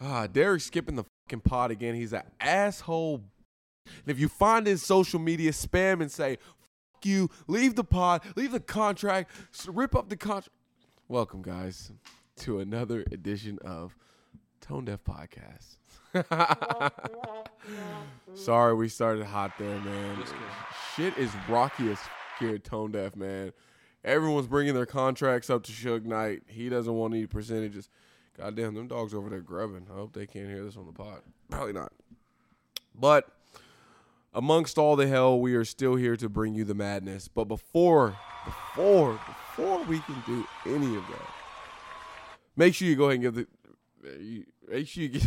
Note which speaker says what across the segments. Speaker 1: Ah, Derek's skipping the fucking pod again. He's an asshole. And if you find his social media, spam and say, fuck you, leave the pod, leave the contract, s- rip up the contract. Welcome, guys, to another edition of Tone Deaf Podcast. Sorry, we started hot there, man.
Speaker 2: Just kidding.
Speaker 1: Shit is rocky as f- here at Tone Deaf, man. Everyone's bringing their contracts up to Suge Knight. He doesn't want any percentages. Goddamn, them dogs over there grubbing. I hope they can't hear this on the pod. Probably not. But amongst all the hell, we are still here to bring you the madness. But before, before, before we can do any of that, make sure you go ahead and give the. you- Make sure you get.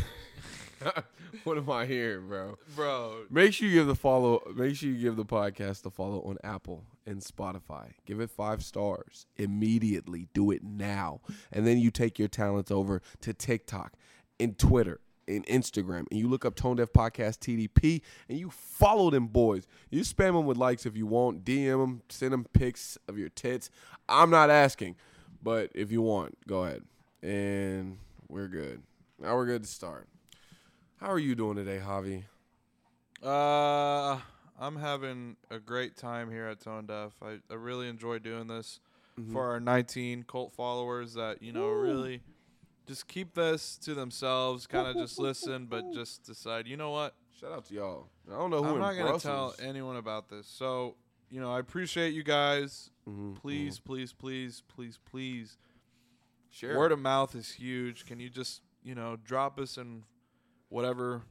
Speaker 1: what am I hearing, bro?
Speaker 2: Bro,
Speaker 1: Make sure you give the follow. Make sure you give the podcast the follow on Apple and Spotify. Give it five stars immediately. Do it now, and then you take your talents over to TikTok, and Twitter, and Instagram, and you look up Tone Deaf Podcast TDP, and you follow them boys. You spam them with likes if you want. DM them, send them pics of your tits. I'm not asking, but if you want, go ahead. And we're good. Now we're good to start. How are you doing today, Javi?
Speaker 2: uh, I'm having a great time here at Tone Deaf. I, I really enjoy doing this for our 19 cult followers that, you know, really just keep this to themselves, kind of just listen, but just decide, you know what?
Speaker 1: Shout out to y'all. I don't know who
Speaker 2: I'm
Speaker 1: in
Speaker 2: not going to tell
Speaker 1: Brussels.
Speaker 2: anyone about this. So, you know, I appreciate you guys.
Speaker 1: Mhm,
Speaker 2: Please, please, please, please, please.
Speaker 1: mhm. share.
Speaker 2: Word of mouth is huge. Can you just, you know, drop us in whatever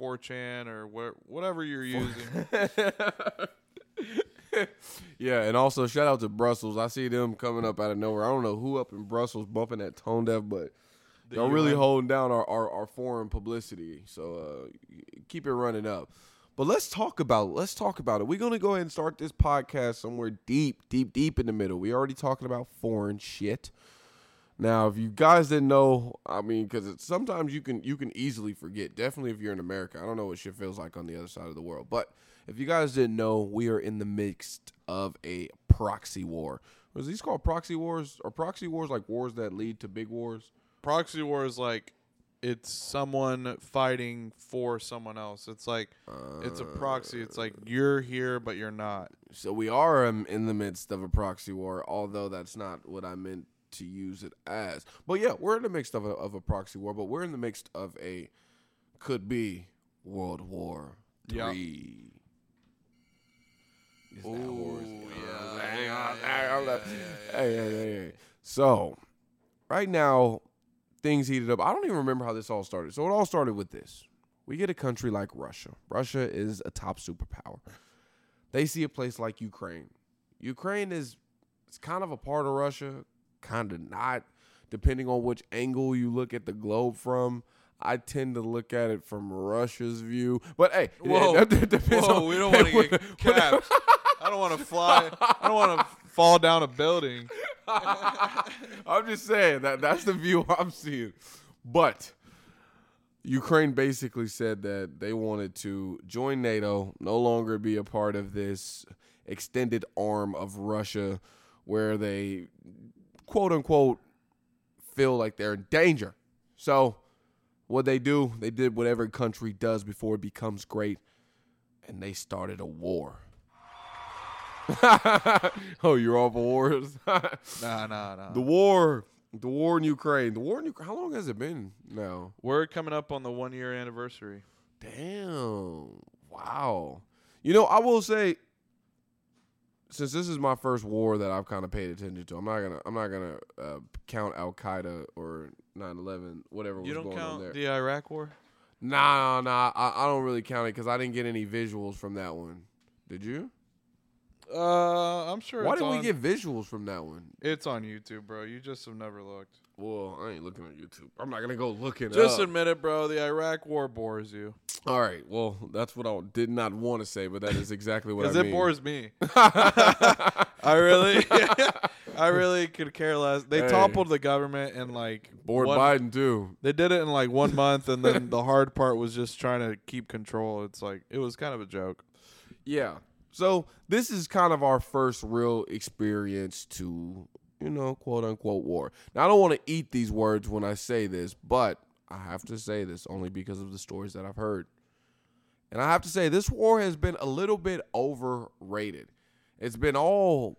Speaker 2: 4chan or where, whatever you're using?
Speaker 1: yeah, and also shout out to Brussels. I see them coming up out of nowhere. I don't know who up in Brussels bumping that tone deaf, but
Speaker 2: The
Speaker 1: they're really
Speaker 2: UN.
Speaker 1: holding down our, our, our foreign publicity. So uh, keep it running up. But let's talk about let's talk about it. We're gonna go ahead and start this podcast somewhere deep, deep, deep in the middle. We already talking about foreign shit. Now, if you guys didn't know, I mean, because sometimes you can you can easily forget. Definitely, if you're in America, I don't know what shit feels like on the other side of the world. But if you guys didn't know, we are in the midst of a proxy war. Was these called proxy wars? Are proxy wars like wars that lead to big wars?
Speaker 2: Proxy war is like it's someone fighting for someone else. It's like it's a proxy. It's like you're here but you're not.
Speaker 1: So we are um, in the midst of a proxy war, although that's not what I meant to use it as. But yeah, we're in the midst of a, of a proxy war, but we're in the midst of a could be World War
Speaker 2: Yeah.
Speaker 1: Three. Is that war?
Speaker 2: Ooh,
Speaker 1: Is-
Speaker 2: yeah,
Speaker 1: Hang on, hang
Speaker 2: yeah,
Speaker 1: on,
Speaker 2: yeah,
Speaker 1: hang on.
Speaker 2: yeah,
Speaker 1: Hey, hey, hey, hey. So, right now, things heated up. I don't even remember how this all started. So it all started with this. We get a country like Russia. Russia is a top superpower. They see a place like Ukraine. Ukraine is it's kind of a part of Russia, kind of not, depending on which angle you look at the globe from. I tend to look at it from Russia's view, but hey, it-
Speaker 2: Whoa.
Speaker 1: it- it depends
Speaker 2: Whoa,
Speaker 1: on-
Speaker 2: we don't want to get capped. I don't want to fly. I don't want to fall down a building.
Speaker 1: I'm just saying that that's the view I'm seeing. But Ukraine basically said that they wanted to join NATO, no longer be a part of this extended arm of Russia where they quote unquote feel like they're in danger. So what they do, they did what every country does before it becomes great, and they started a war. oh, you're all for wars?
Speaker 2: Nah, nah, nah.
Speaker 1: The war, the war in Ukraine, the war in Ukraine. How long has it been now?
Speaker 2: We're coming up on the one year anniversary.
Speaker 1: Damn! Wow. You know, I will say, since this is my first war that I've kind of paid attention to, I'm not gonna, I'm not gonna uh, count Al Qaeda or 9/11, whatever was
Speaker 2: You don't
Speaker 1: going on there.
Speaker 2: count the Iraq war?
Speaker 1: nah, nah, nah. I, I don't really count it because I didn't get any visuals from that one. Did you?
Speaker 2: Uh, I'm sure.
Speaker 1: Why
Speaker 2: it's
Speaker 1: didn't we
Speaker 2: on-
Speaker 1: get visuals from that one?
Speaker 2: It's on YouTube, bro. You just have never looked.
Speaker 1: Well, I ain't looking at YouTube. I'm not gonna go looking.
Speaker 2: Just
Speaker 1: up.
Speaker 2: admit it, bro. The Iraq war bores you.
Speaker 1: All right. Well, that's what I did not want to say, but that is exactly what I
Speaker 2: Because
Speaker 1: mean.
Speaker 2: it bores me. I really, I really could care less. They
Speaker 1: Hey.
Speaker 2: toppled the government and like
Speaker 1: Bored
Speaker 2: one-
Speaker 1: Biden too.
Speaker 2: They did it in like one month, and then the hard part was just trying to keep control. It's like it was kind of a joke.
Speaker 1: Yeah. So this is kind of our first real experience to, you know, quote unquote war. Now I don't want to eat these words when I say this, but I have to say this only because of the stories that I've heard. And I have to say, this war has been a little bit overrated. It's been all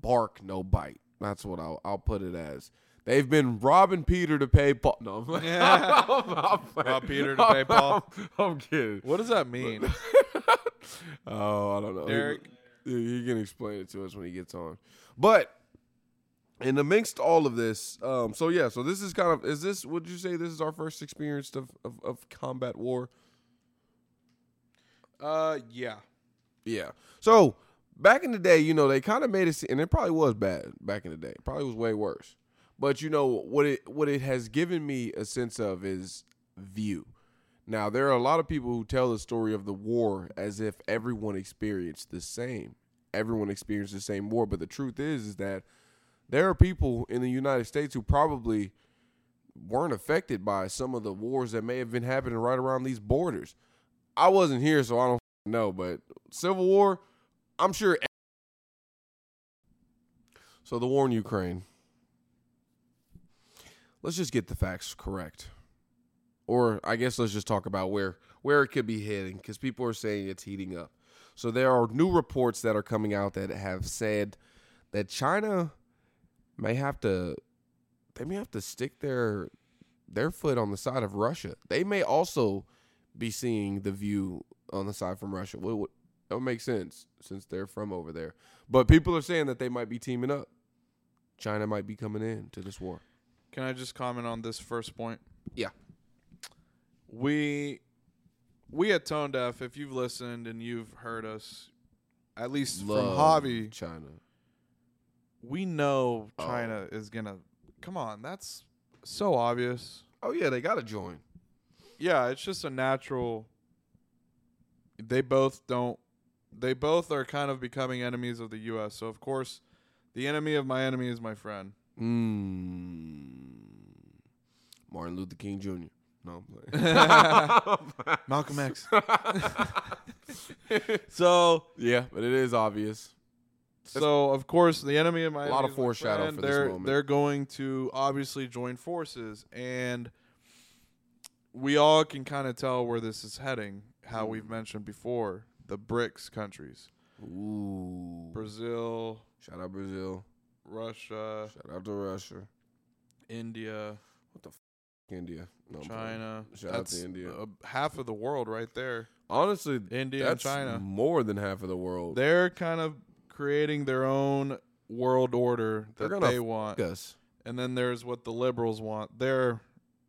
Speaker 1: bark, no bite. That's what I'll, I'll put it as. They've been robbing Peter to pay Paul. No, I'm,
Speaker 2: Yeah.
Speaker 1: I'm- I'm playing.
Speaker 2: Rob Peter to pay Paul.
Speaker 1: I'm, I'm kidding.
Speaker 2: What does that mean?
Speaker 1: Oh, I don't know. He-
Speaker 2: Derek?
Speaker 1: he, he can explain it to us when he gets on. But in amidst all of this, um, so yeah, so this is kind of is this? Would you say this is our first experience of of, of combat war?
Speaker 2: uh, yeah.
Speaker 1: Yeah. So back in the day, you know, they kind of made it, se- and it probably was bad back in the day. It probably was way worse. But you know what it what it has given me a sense of is view. Now there are a lot of people who tell the story of the war as if everyone experienced the same. Everyone experienced the same war, but the truth is is that there are people in the United States who probably weren't affected by some of the wars that may have been happening right around these borders. I wasn't here, so I don't know, but Civil War, I'm sure. e-, So the war in Ukraine. Let's just get the facts correct, or I guess let's just talk about where where it could be heading because people are saying it's heating up. So there are new reports that are coming out that have said that China may have to they may have to stick their their foot on the side of Russia. They may also be seeing the view on the side from Russia. What, what, that would make sense since they're from over there. But people are saying that they might be teaming up. China might be coming in to this war.
Speaker 2: Can I just comment on this first point?
Speaker 1: Yeah.
Speaker 2: We we at Tone Deaf, if you've listened and you've heard us, at least from
Speaker 1: Love
Speaker 2: Hobby,
Speaker 1: China.
Speaker 2: we know
Speaker 1: Oh.
Speaker 2: China is gonna come on, that's so obvious.
Speaker 1: Oh yeah, they gotta join.
Speaker 2: Yeah, it's just a natural they both don't they both are kind of becoming enemies of the US. So of course the enemy of my enemy is my friend.
Speaker 1: Mm. Martin Luther King Jr. No, I'm playing.
Speaker 2: Malcolm X. so
Speaker 1: yeah, but it is obvious.
Speaker 2: So of course, the enemy of my
Speaker 1: A lot of
Speaker 2: enemy is my
Speaker 1: foreshadow
Speaker 2: friend.
Speaker 1: for this
Speaker 2: they're,
Speaker 1: moment.
Speaker 2: They're going to obviously join forces, and we all can kind of tell where this is heading. How we've
Speaker 1: Hmm.
Speaker 2: mentioned before, the BRICS countries:
Speaker 1: Ooh.
Speaker 2: Brazil,
Speaker 1: Shout out Brazil.
Speaker 2: Russia,
Speaker 1: Shout out to Russia.
Speaker 2: India,
Speaker 1: India. No, I'm playing.
Speaker 2: China.
Speaker 1: Oh, Shout out
Speaker 2: That's
Speaker 1: to India.
Speaker 2: uh, half of the world right there.
Speaker 1: Honestly,
Speaker 2: India
Speaker 1: that's
Speaker 2: and China.
Speaker 1: more than half of the world.
Speaker 2: They're kind of creating their own world order
Speaker 1: They're
Speaker 2: that
Speaker 1: gonna
Speaker 2: they want,
Speaker 1: Fuck us.
Speaker 2: and then there's what the liberals want their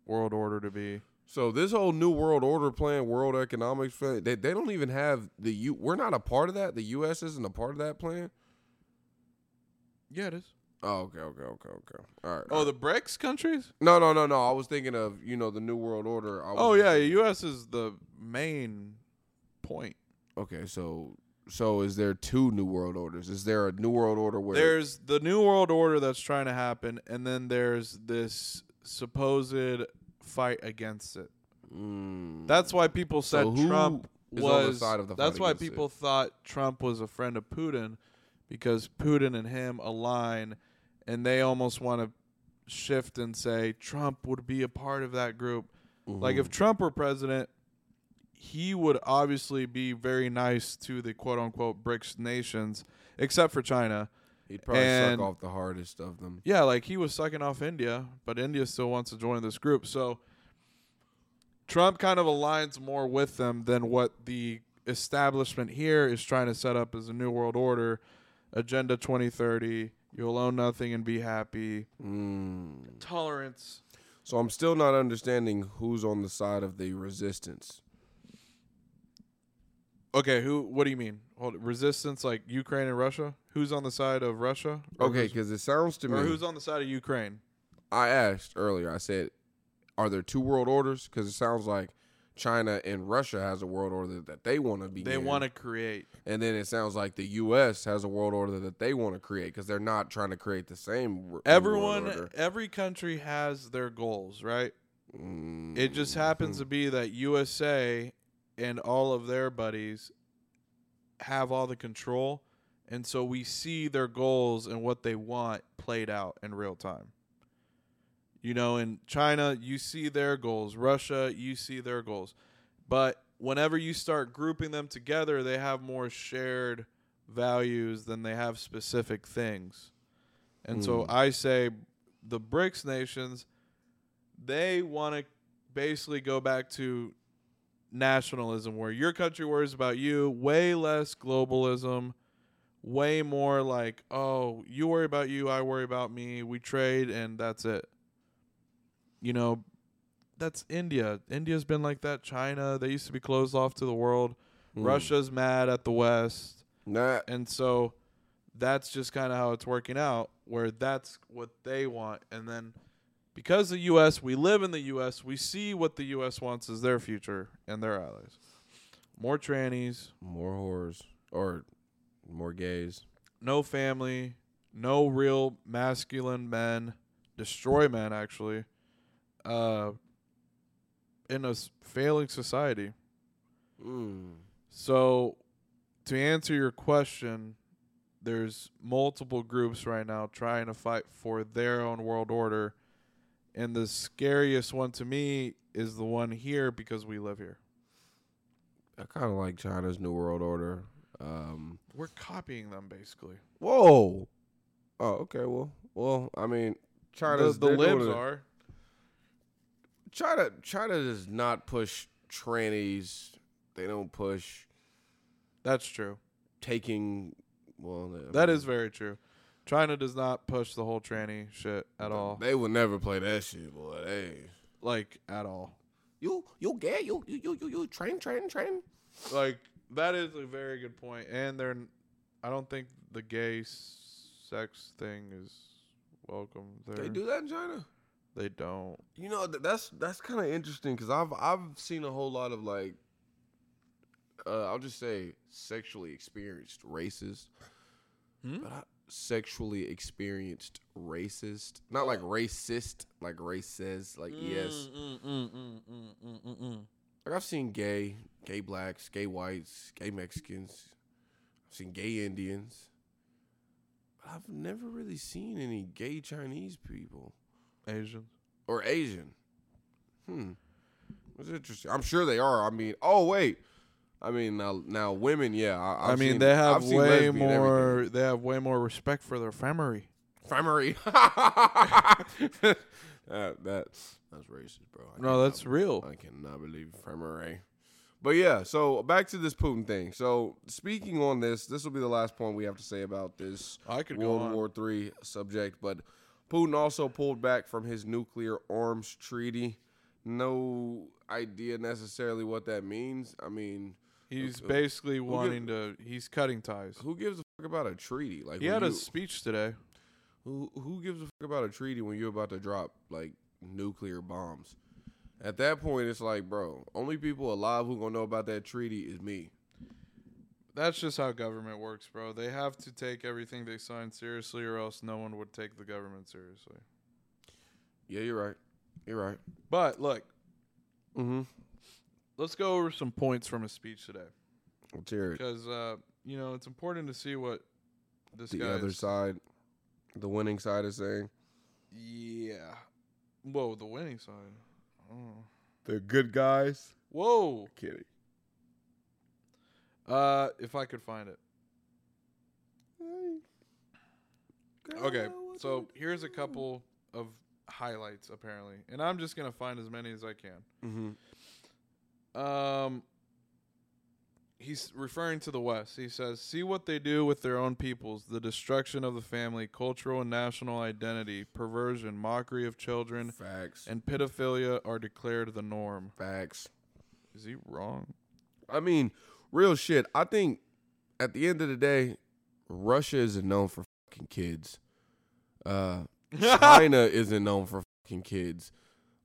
Speaker 2: world order to be.
Speaker 1: So this whole new world order plan, world economics plan, they, they don't even have the U. We're not a part of that. The U.S. isn't a part of that plan.
Speaker 2: Yeah, it is.
Speaker 1: Oh, okay, okay, okay, okay. All right.
Speaker 2: Oh, the BRICS countries?
Speaker 1: no, no, no, no. I was thinking of you know the new world order. I was
Speaker 2: Oh yeah, U.S. is the main point.
Speaker 1: Okay, so so is there two new world orders? Is there a new world order where
Speaker 2: There's the New World Order that's trying to happen, and then there's this supposed fight against it.
Speaker 1: Mm.
Speaker 2: That's why people said
Speaker 1: So who
Speaker 2: Trump
Speaker 1: is on the
Speaker 2: was.
Speaker 1: side of the
Speaker 2: that's
Speaker 1: fight
Speaker 2: why
Speaker 1: against it?
Speaker 2: people thought Trump was a friend of Putin, because Putin and him align, and they almost want to shift and say Trump would be a part of that group.
Speaker 1: Mm-hmm.
Speaker 2: Like if Trump were president, he would obviously be very nice to the quote unquote BRICS nations, except for China.
Speaker 1: he'd probably
Speaker 2: and-
Speaker 1: suck off the hardest of them.
Speaker 2: Yeah, like he was sucking off India, but India still wants to join this group. So Trump kind of aligns more with them than what the establishment here is trying to set up as a new world order, agenda 2030, you'll own nothing and be happy,
Speaker 1: Mm.
Speaker 2: tolerance.
Speaker 1: So I'm still not understanding who's on the side of the resistance.
Speaker 2: Okay, who? What do you mean? Hold it. resistance like Ukraine and Russia. Who's on the side of Russia? Or
Speaker 1: Okay, Mm.
Speaker 2: who's-
Speaker 1: because it sounds to
Speaker 2: or
Speaker 1: me.
Speaker 2: who's on the side of Ukraine?
Speaker 1: I asked earlier. I said, "Are there two world orders?" Because it sounds like China and Russia has a world order that they want to be.
Speaker 2: They want to create.
Speaker 1: and then it sounds like the U.S. has a world order that they want to create because they're not trying to create the same. wor- world
Speaker 2: Everyone,
Speaker 1: order.
Speaker 2: every country has their goals, right?
Speaker 1: Mm,
Speaker 2: eh, It just happens to be that USA and all of their buddies have all the control, and so we see their goals and what they want played out in real time. You know, in China, you see their goals. Russia, you see their goals. But whenever you start grouping them together, they have more shared values than they have specific things. And so I say the BRICS nations, they want to basically go back to nationalism where your country worries about you, way less globalism, way more like, oh, you worry about you, I worry about me, we trade and that's it. You know, that's India. India's been like that. China, they used to be closed off to the world.
Speaker 1: Mm.
Speaker 2: Russia's mad at the West
Speaker 1: Nah.
Speaker 2: and so that's just kind of how it's working out where that's what they want and then because the US we live in the US we see what the US wants as their future and their allies more trannies
Speaker 1: More whores or more gays.
Speaker 2: no family no real masculine men destroy men actually uh in a s- failing society
Speaker 1: Mm.
Speaker 2: So, to answer your question, there's multiple groups right now trying to fight for their own world order. And the scariest one to me is the one here because we live here.
Speaker 1: I kind of like China's New World Order. Um,
Speaker 2: We're copying them basically.
Speaker 1: whoa. Oh, okay. Well, well. I mean, China's
Speaker 2: the, the
Speaker 1: they're doing
Speaker 2: libs
Speaker 1: it-
Speaker 2: are.
Speaker 1: China China does not push trannies. They don't push
Speaker 2: That's true.
Speaker 1: taking. Well, they-
Speaker 2: That is very true. China does not push the whole tranny shit at all.
Speaker 1: They will never play that shit, boy. Hey,
Speaker 2: Like at all.
Speaker 1: you you gay? You you you you, you train train train?
Speaker 2: Like that is a very good point. And they're, n- I don't think the gay s- sex thing is welcome there.
Speaker 1: They do that in China.
Speaker 2: They don't.
Speaker 1: You know th- that's that's kind of interesting because I've I've seen a whole lot of like, uh, I'll just say sexually experienced racist,
Speaker 2: Hmm?
Speaker 1: but I, sexually experienced racist, not like racist, like races, like yes, mm, like I've seen gay, gay blacks, gay whites, gay Mexicans, I've seen gay Indians, but I've never really seen any gay Chinese people.
Speaker 2: Asians.
Speaker 1: or Asian. Hmm. That's interesting. I'm sure they are. I mean, oh wait. I mean, now now women, yeah. I,
Speaker 2: I
Speaker 1: I've
Speaker 2: mean,
Speaker 1: seen-
Speaker 2: they have
Speaker 1: I've seen
Speaker 2: way
Speaker 1: lesbian
Speaker 2: more. They have way more respect for their family.
Speaker 1: everything. primary. that, that that's racist, bro. I
Speaker 2: No,
Speaker 1: cannot-
Speaker 2: that's real.
Speaker 1: I cannot believe primary. But yeah, so back to this Putin thing. So speaking on this, this will be the last point we have to say about this.
Speaker 2: I could go
Speaker 1: World
Speaker 2: on.
Speaker 1: War Three subject, but Putin also pulled back from his nuclear arms treaty. No idea necessarily what that means. I mean,
Speaker 2: He's
Speaker 1: who-
Speaker 2: basically
Speaker 1: gives-
Speaker 2: wanting to. He's cutting ties.
Speaker 1: who gives a fuck about a treaty? Like
Speaker 2: He
Speaker 1: when
Speaker 2: had a
Speaker 1: you-
Speaker 2: speech today.
Speaker 1: who who gives a fuck about a treaty when you're about to drop like nuclear bombs? At that point, it's like, bro, only people alive who gonna know about that treaty is me.
Speaker 2: That's just how government works, bro. They have to take everything they sign seriously, or else no one would take the government seriously.
Speaker 1: Yeah, you're right. You're right.
Speaker 2: But look,
Speaker 1: Mm-hmm.
Speaker 2: let's go over some points from his speech today,
Speaker 1: Let's hear it.
Speaker 2: because uh, you know it's important to see what this
Speaker 1: The
Speaker 2: guy
Speaker 1: other
Speaker 2: is-
Speaker 1: side, the winning side is saying
Speaker 2: Yeah. Whoa, the winning side. Oh.
Speaker 1: the good guys.
Speaker 2: Whoa.
Speaker 1: Kidding.
Speaker 2: Uh, if I could find it. Okay, so here's a couple of highlights apparently, and I'm just gonna find as many as I can.
Speaker 1: Mm-hmm.
Speaker 2: Um, he's referring to the West. He says, "See what they do with their own peoples: the destruction of the family, cultural and national identity, perversion, mockery of children,
Speaker 1: Facts.
Speaker 2: and pedophilia are declared the norm."
Speaker 1: Facts.
Speaker 2: Is he wrong?
Speaker 1: I mean, real shit. I think at the end of the day, Russia isn't known for fucking kids. Uh, China isn't known for fucking kids.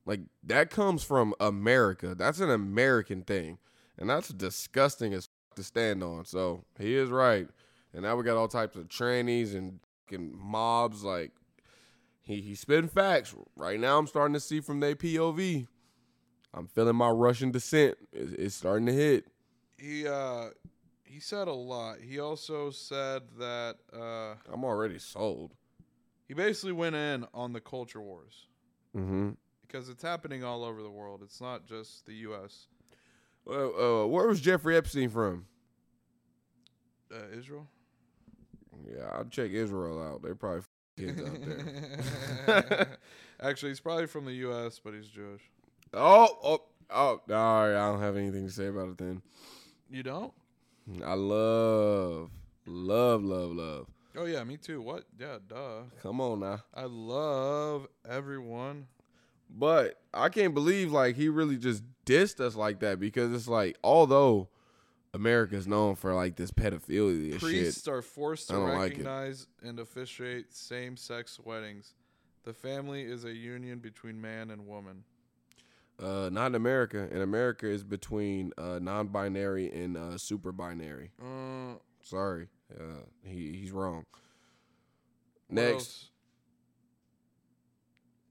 Speaker 1: Like that comes from America. That's an American thing, and that's disgusting as fuck to stand on. So he is right. And now we got all types of trannies and fucking mobs. Like he he spitting facts right now. I'm starting to see from their POV. I'm feeling my Russian descent. It's, it's starting to hit.
Speaker 2: he uh he said a lot. He also said that uh
Speaker 1: I'm already sold.
Speaker 2: he basically went in on the culture wars.
Speaker 1: Mm-hmm.
Speaker 2: because it's happening all over the world. It's not just the U.S.
Speaker 1: Uh, uh, where was Jeffrey Epstein from?
Speaker 2: Uh, Israel.
Speaker 1: Yeah, I'd check Israel out. They probably f- kids out there.
Speaker 2: Actually, he's probably from the U.S., but he's Jewish.
Speaker 1: Oh, oh, oh. All right, I don't have anything to say about it then.
Speaker 2: You don't?
Speaker 1: I love, love, love, love.
Speaker 2: Oh yeah, me too. What? Yeah, duh.
Speaker 1: Come on now.
Speaker 2: I love everyone.
Speaker 1: But I can't believe like he really just dissed us like that because it's like although America's known for like this pedophilia and shit.
Speaker 2: Priests are forced
Speaker 1: I
Speaker 2: to
Speaker 1: don't like it.
Speaker 2: recognize and officiate same-sex weddings. The family is a union between man and woman.
Speaker 1: Uh, not in America. In America is between uh, non-binary and uh, super binary.
Speaker 2: Uh, what
Speaker 1: Sorry, uh, he he's wrong. Next,
Speaker 2: else?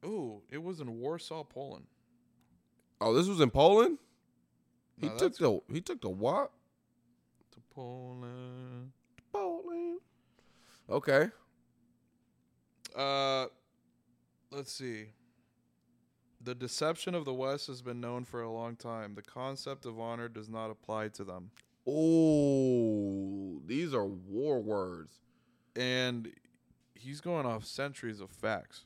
Speaker 2: Ooh, it was in Warsaw, Poland.
Speaker 1: oh, this was in Poland. He
Speaker 2: No,
Speaker 1: took
Speaker 2: that's-
Speaker 1: the he took the what?
Speaker 2: To Poland.
Speaker 1: Poland. Okay.
Speaker 2: Uh, let's see. The deception of the West has been known for a long time. The concept of honor does not apply to them.
Speaker 1: Oh, these are war words.
Speaker 2: And he's going off centuries of facts.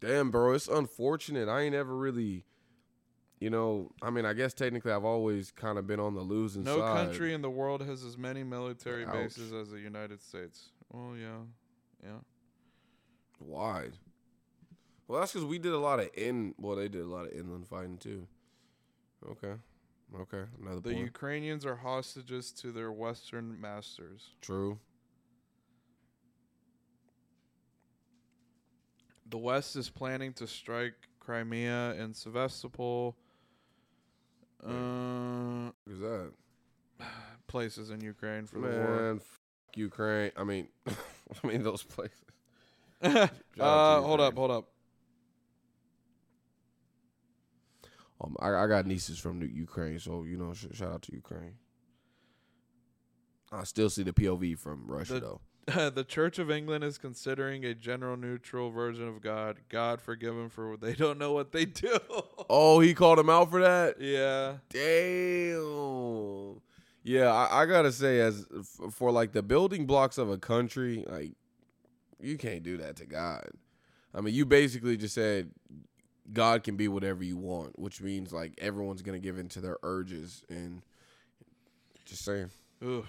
Speaker 1: Damn, bro, it's unfortunate. I ain't ever really, you know. I mean, I guess technically, I've always kind of been on the losing
Speaker 2: No
Speaker 1: side.
Speaker 2: country in the world has as many military
Speaker 1: Ouch.
Speaker 2: bases as the United States. Oh yeah. Yeah.
Speaker 1: Why? Well, that's because we did a lot of in. Well, they did a lot of inland fighting too. Okay, okay, another
Speaker 2: The
Speaker 1: point.
Speaker 2: Ukrainians are hostages to their Western masters.
Speaker 1: True.
Speaker 2: The West is planning to strike Crimea and Sevastopol. Uh,
Speaker 1: What is that?
Speaker 2: places in Ukraine for the war.
Speaker 1: Man, f- Ukraine. I mean, I mean those places.
Speaker 2: uh,
Speaker 1: out to
Speaker 2: hold up,
Speaker 1: Ukraine.
Speaker 2: hold up.
Speaker 1: Um, I, I got nieces from the Ukraine, so you know, sh- shout out to Ukraine. I still see the POV from Russia
Speaker 2: The-
Speaker 1: though.
Speaker 2: the Church of England is considering a general neutral version of God. God forgive them for they don't know what they do.
Speaker 1: Oh, he called him out for that.
Speaker 2: yeah.
Speaker 1: Damn. Yeah, I, I gotta say, as f- for like the building blocks of a country, like you can't do that to God. I mean, you basically just said God can be whatever you want, which means like everyone's gonna give in to their urges and just saying.
Speaker 2: Oof.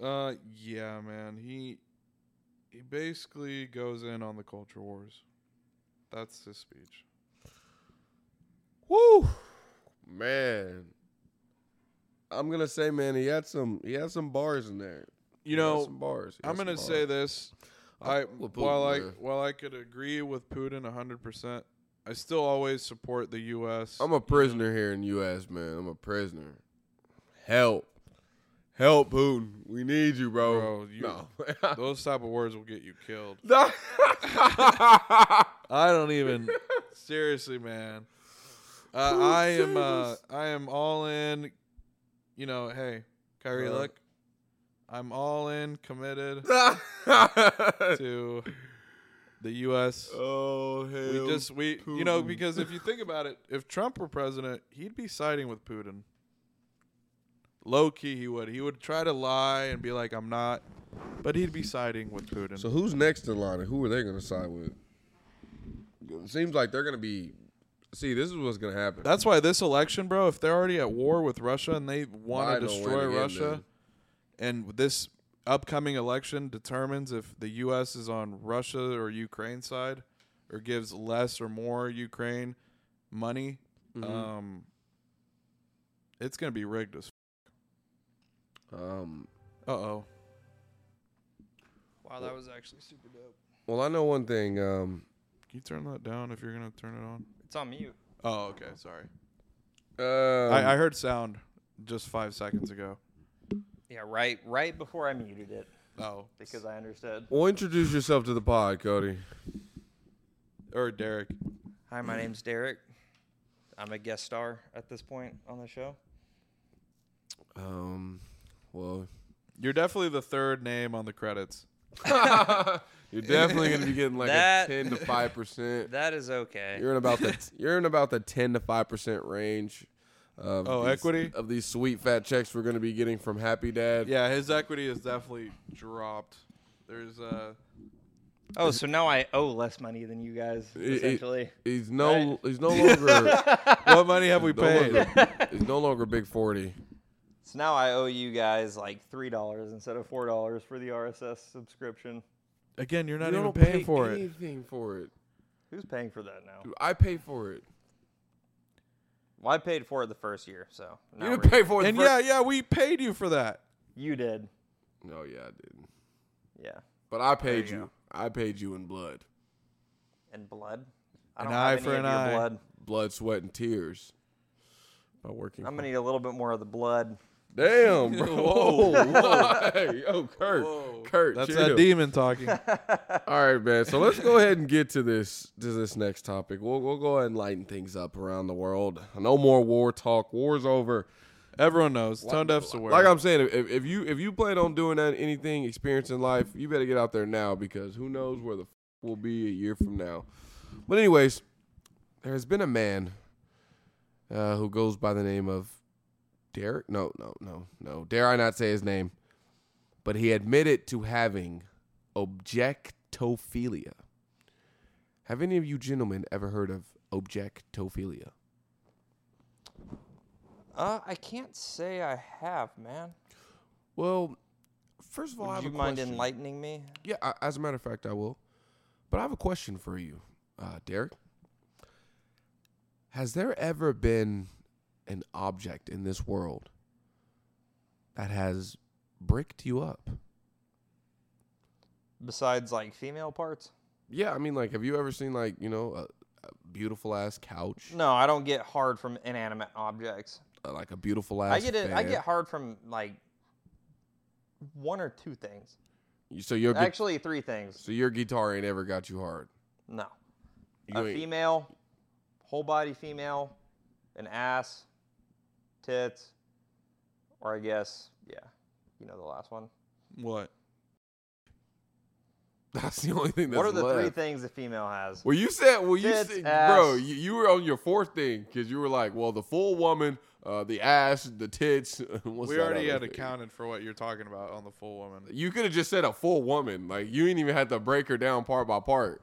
Speaker 2: Uh, yeah, man. He he basically goes in on the culture wars. That's his speech.
Speaker 1: Woo, man. I'm gonna say, man, he had some, he had some bars in there. He
Speaker 2: You
Speaker 1: had
Speaker 2: know,
Speaker 1: some bars. He had
Speaker 2: I'm
Speaker 1: some
Speaker 2: gonna
Speaker 1: bars.
Speaker 2: say this. I
Speaker 1: fuck with
Speaker 2: while I
Speaker 1: Putin, man.
Speaker 2: while I could agree with Putin hundred percent, I still always support the U.S.
Speaker 1: I'm a prisoner here in U.S., man. I'm a prisoner. Help, help, Putin. We need you, bro.
Speaker 2: Bro, you-
Speaker 1: no.
Speaker 2: Those type of words will get you killed.
Speaker 1: No.
Speaker 2: I don't even. seriously, man. Uh,
Speaker 1: Who
Speaker 2: I am.
Speaker 1: said
Speaker 2: Uh,
Speaker 1: this?
Speaker 2: I am all in. You know, hey, Kyrie,
Speaker 1: Uh.
Speaker 2: look, I'm all in, committed to the U.S.
Speaker 1: oh hell!
Speaker 2: we just we you know
Speaker 1: Putin.
Speaker 2: because if you think about it, if Trump were president, he'd be siding with Putin. Low key, he would. He would try to lie and be like, "I'm not," but he'd be siding with Putin.
Speaker 1: so who's next in line? and Who are they gonna side with? It seems like they're gonna be. See, this is what's gonna happen.
Speaker 2: That's why this election, bro, if they're already at war with Russia and they want
Speaker 1: Biden
Speaker 2: to
Speaker 1: will
Speaker 2: destroy
Speaker 1: win again,
Speaker 2: Russia, and this upcoming election determines if the U.S. is on Russia or Ukraine side, or gives less or more Ukraine money,
Speaker 3: Mm-hmm.
Speaker 2: um, it's gonna be rigged as.
Speaker 1: Um.
Speaker 2: Uh oh.
Speaker 3: Wow, that was actually super dope.
Speaker 1: Well, I know one thing. Um.
Speaker 2: Can you turn that down if you're gonna turn it on?
Speaker 3: It's on mute.
Speaker 2: Oh, okay. Sorry. I, I
Speaker 3: Um,
Speaker 1: I,
Speaker 2: heard sound just five seconds ago.
Speaker 3: Yeah, right right before I muted it
Speaker 2: Oh,
Speaker 3: because I understood.
Speaker 1: well, introduce yourself to the pod, Cody.
Speaker 2: or Derek.
Speaker 3: Hi, my name's Derek. I'm a guest star at this point on the show.
Speaker 1: Um. Well,
Speaker 3: um,
Speaker 2: You're definitely the third name on the credits.
Speaker 1: You're definitely gonna be getting like
Speaker 3: That-
Speaker 1: a ten to five percent.
Speaker 3: That is okay.
Speaker 1: You're in about the you're in about the ten to five percent range. Of
Speaker 2: Oh,
Speaker 1: these-
Speaker 2: equity?
Speaker 1: of these sweet fat checks we're gonna be getting from Happy Dad.
Speaker 2: Yeah, his equity is definitely dropped. There's uh
Speaker 3: oh, so now I owe less money than you guys,
Speaker 1: He- he-
Speaker 3: essentially.
Speaker 1: he's no he's no longer
Speaker 2: what money have we
Speaker 1: no
Speaker 2: paid?
Speaker 1: longer, he's no longer big forty.
Speaker 3: so now I owe you guys like three dollars instead of four dollars for the RSS subscription.
Speaker 2: Again, you're not
Speaker 1: You
Speaker 2: even
Speaker 1: don't
Speaker 2: paying
Speaker 1: pay
Speaker 2: for it.
Speaker 1: anything for it.
Speaker 3: Who's paying for that now?
Speaker 1: I pay for it.
Speaker 3: Well, I paid for it the first year, so now
Speaker 1: you
Speaker 3: we're-
Speaker 1: didn't pay for it.
Speaker 2: And
Speaker 1: the
Speaker 2: yeah,
Speaker 1: first-
Speaker 2: yeah, we paid you for that.
Speaker 3: you did.
Speaker 1: No, Oh, yeah, I didn't.
Speaker 3: Yeah,
Speaker 1: But I paid
Speaker 2: you
Speaker 1: you.
Speaker 2: go.
Speaker 1: I paid you in blood,
Speaker 3: and blood. I
Speaker 2: An
Speaker 3: don't
Speaker 2: eye
Speaker 3: have any
Speaker 2: for
Speaker 3: of
Speaker 2: an
Speaker 3: your
Speaker 2: eye.
Speaker 3: blood.
Speaker 1: blood, sweat, and tears. By working.
Speaker 3: I'm gonna need a little bit more of the blood.
Speaker 1: Damn, bro. Whoa, whoa. hey, yo, Kurt. Kurt,
Speaker 2: That's
Speaker 1: chill.
Speaker 2: that demon talking.
Speaker 1: All right, man. So let's go ahead and get to this to this next topic. We'll we'll go ahead and lighten things up around the world. No more war talk. War's over.
Speaker 2: Everyone knows. Tone deaf's aware.
Speaker 1: Like I'm saying, if, if you if you plan on doing that, anything, experience in life, you better get out there now because who knows where the f- will be a year from now. But anyways, there has been a man uh, who goes by the name of Derek. No, no, no, no. Dare I not say his name? But he admitted to having objectophilia. Have any of you gentlemen ever heard of objectophilia?
Speaker 3: Uh, I can't say I have, man.
Speaker 1: Well, first of all, I have
Speaker 3: Would you
Speaker 1: a
Speaker 3: mind
Speaker 1: question.
Speaker 3: enlightening me?
Speaker 1: Yeah, I, as a matter of fact, I will. But I have a question for you, uh, Derek. Has there ever been an object in this world that has bricked you up?
Speaker 3: Besides, like female parts.
Speaker 1: Yeah, I mean, like, have you ever seen, like, you know, a, a beautiful ass couch,
Speaker 3: No, I don't get hard from inanimate objects.
Speaker 1: Uh, like a beautiful ass?
Speaker 3: I get it. I
Speaker 1: fan?
Speaker 3: get hard from like one or two things.
Speaker 1: You- So your gui-
Speaker 3: Actually, three things.
Speaker 1: so your guitar ain't ever got you hard.
Speaker 3: No,
Speaker 1: You
Speaker 3: a
Speaker 1: ain't-
Speaker 3: female, whole body female, an ass, tits, or I guess yeah, you know the last one.
Speaker 2: what?
Speaker 1: that's the only thing that's
Speaker 3: what are the three
Speaker 1: left.
Speaker 3: things a female has?
Speaker 1: Well, you said, well, you
Speaker 3: Tits,
Speaker 1: said, bro,
Speaker 3: ass.
Speaker 1: you, you were on your fourth thing because you were like, well, the full woman, uh, the ass, the tits. What's
Speaker 2: we
Speaker 1: that
Speaker 2: already
Speaker 1: other
Speaker 2: had
Speaker 1: thing?
Speaker 2: accounted for what you're talking about on the full woman.
Speaker 1: You could have just said a full woman. Like you didn't even have to break her down part by part.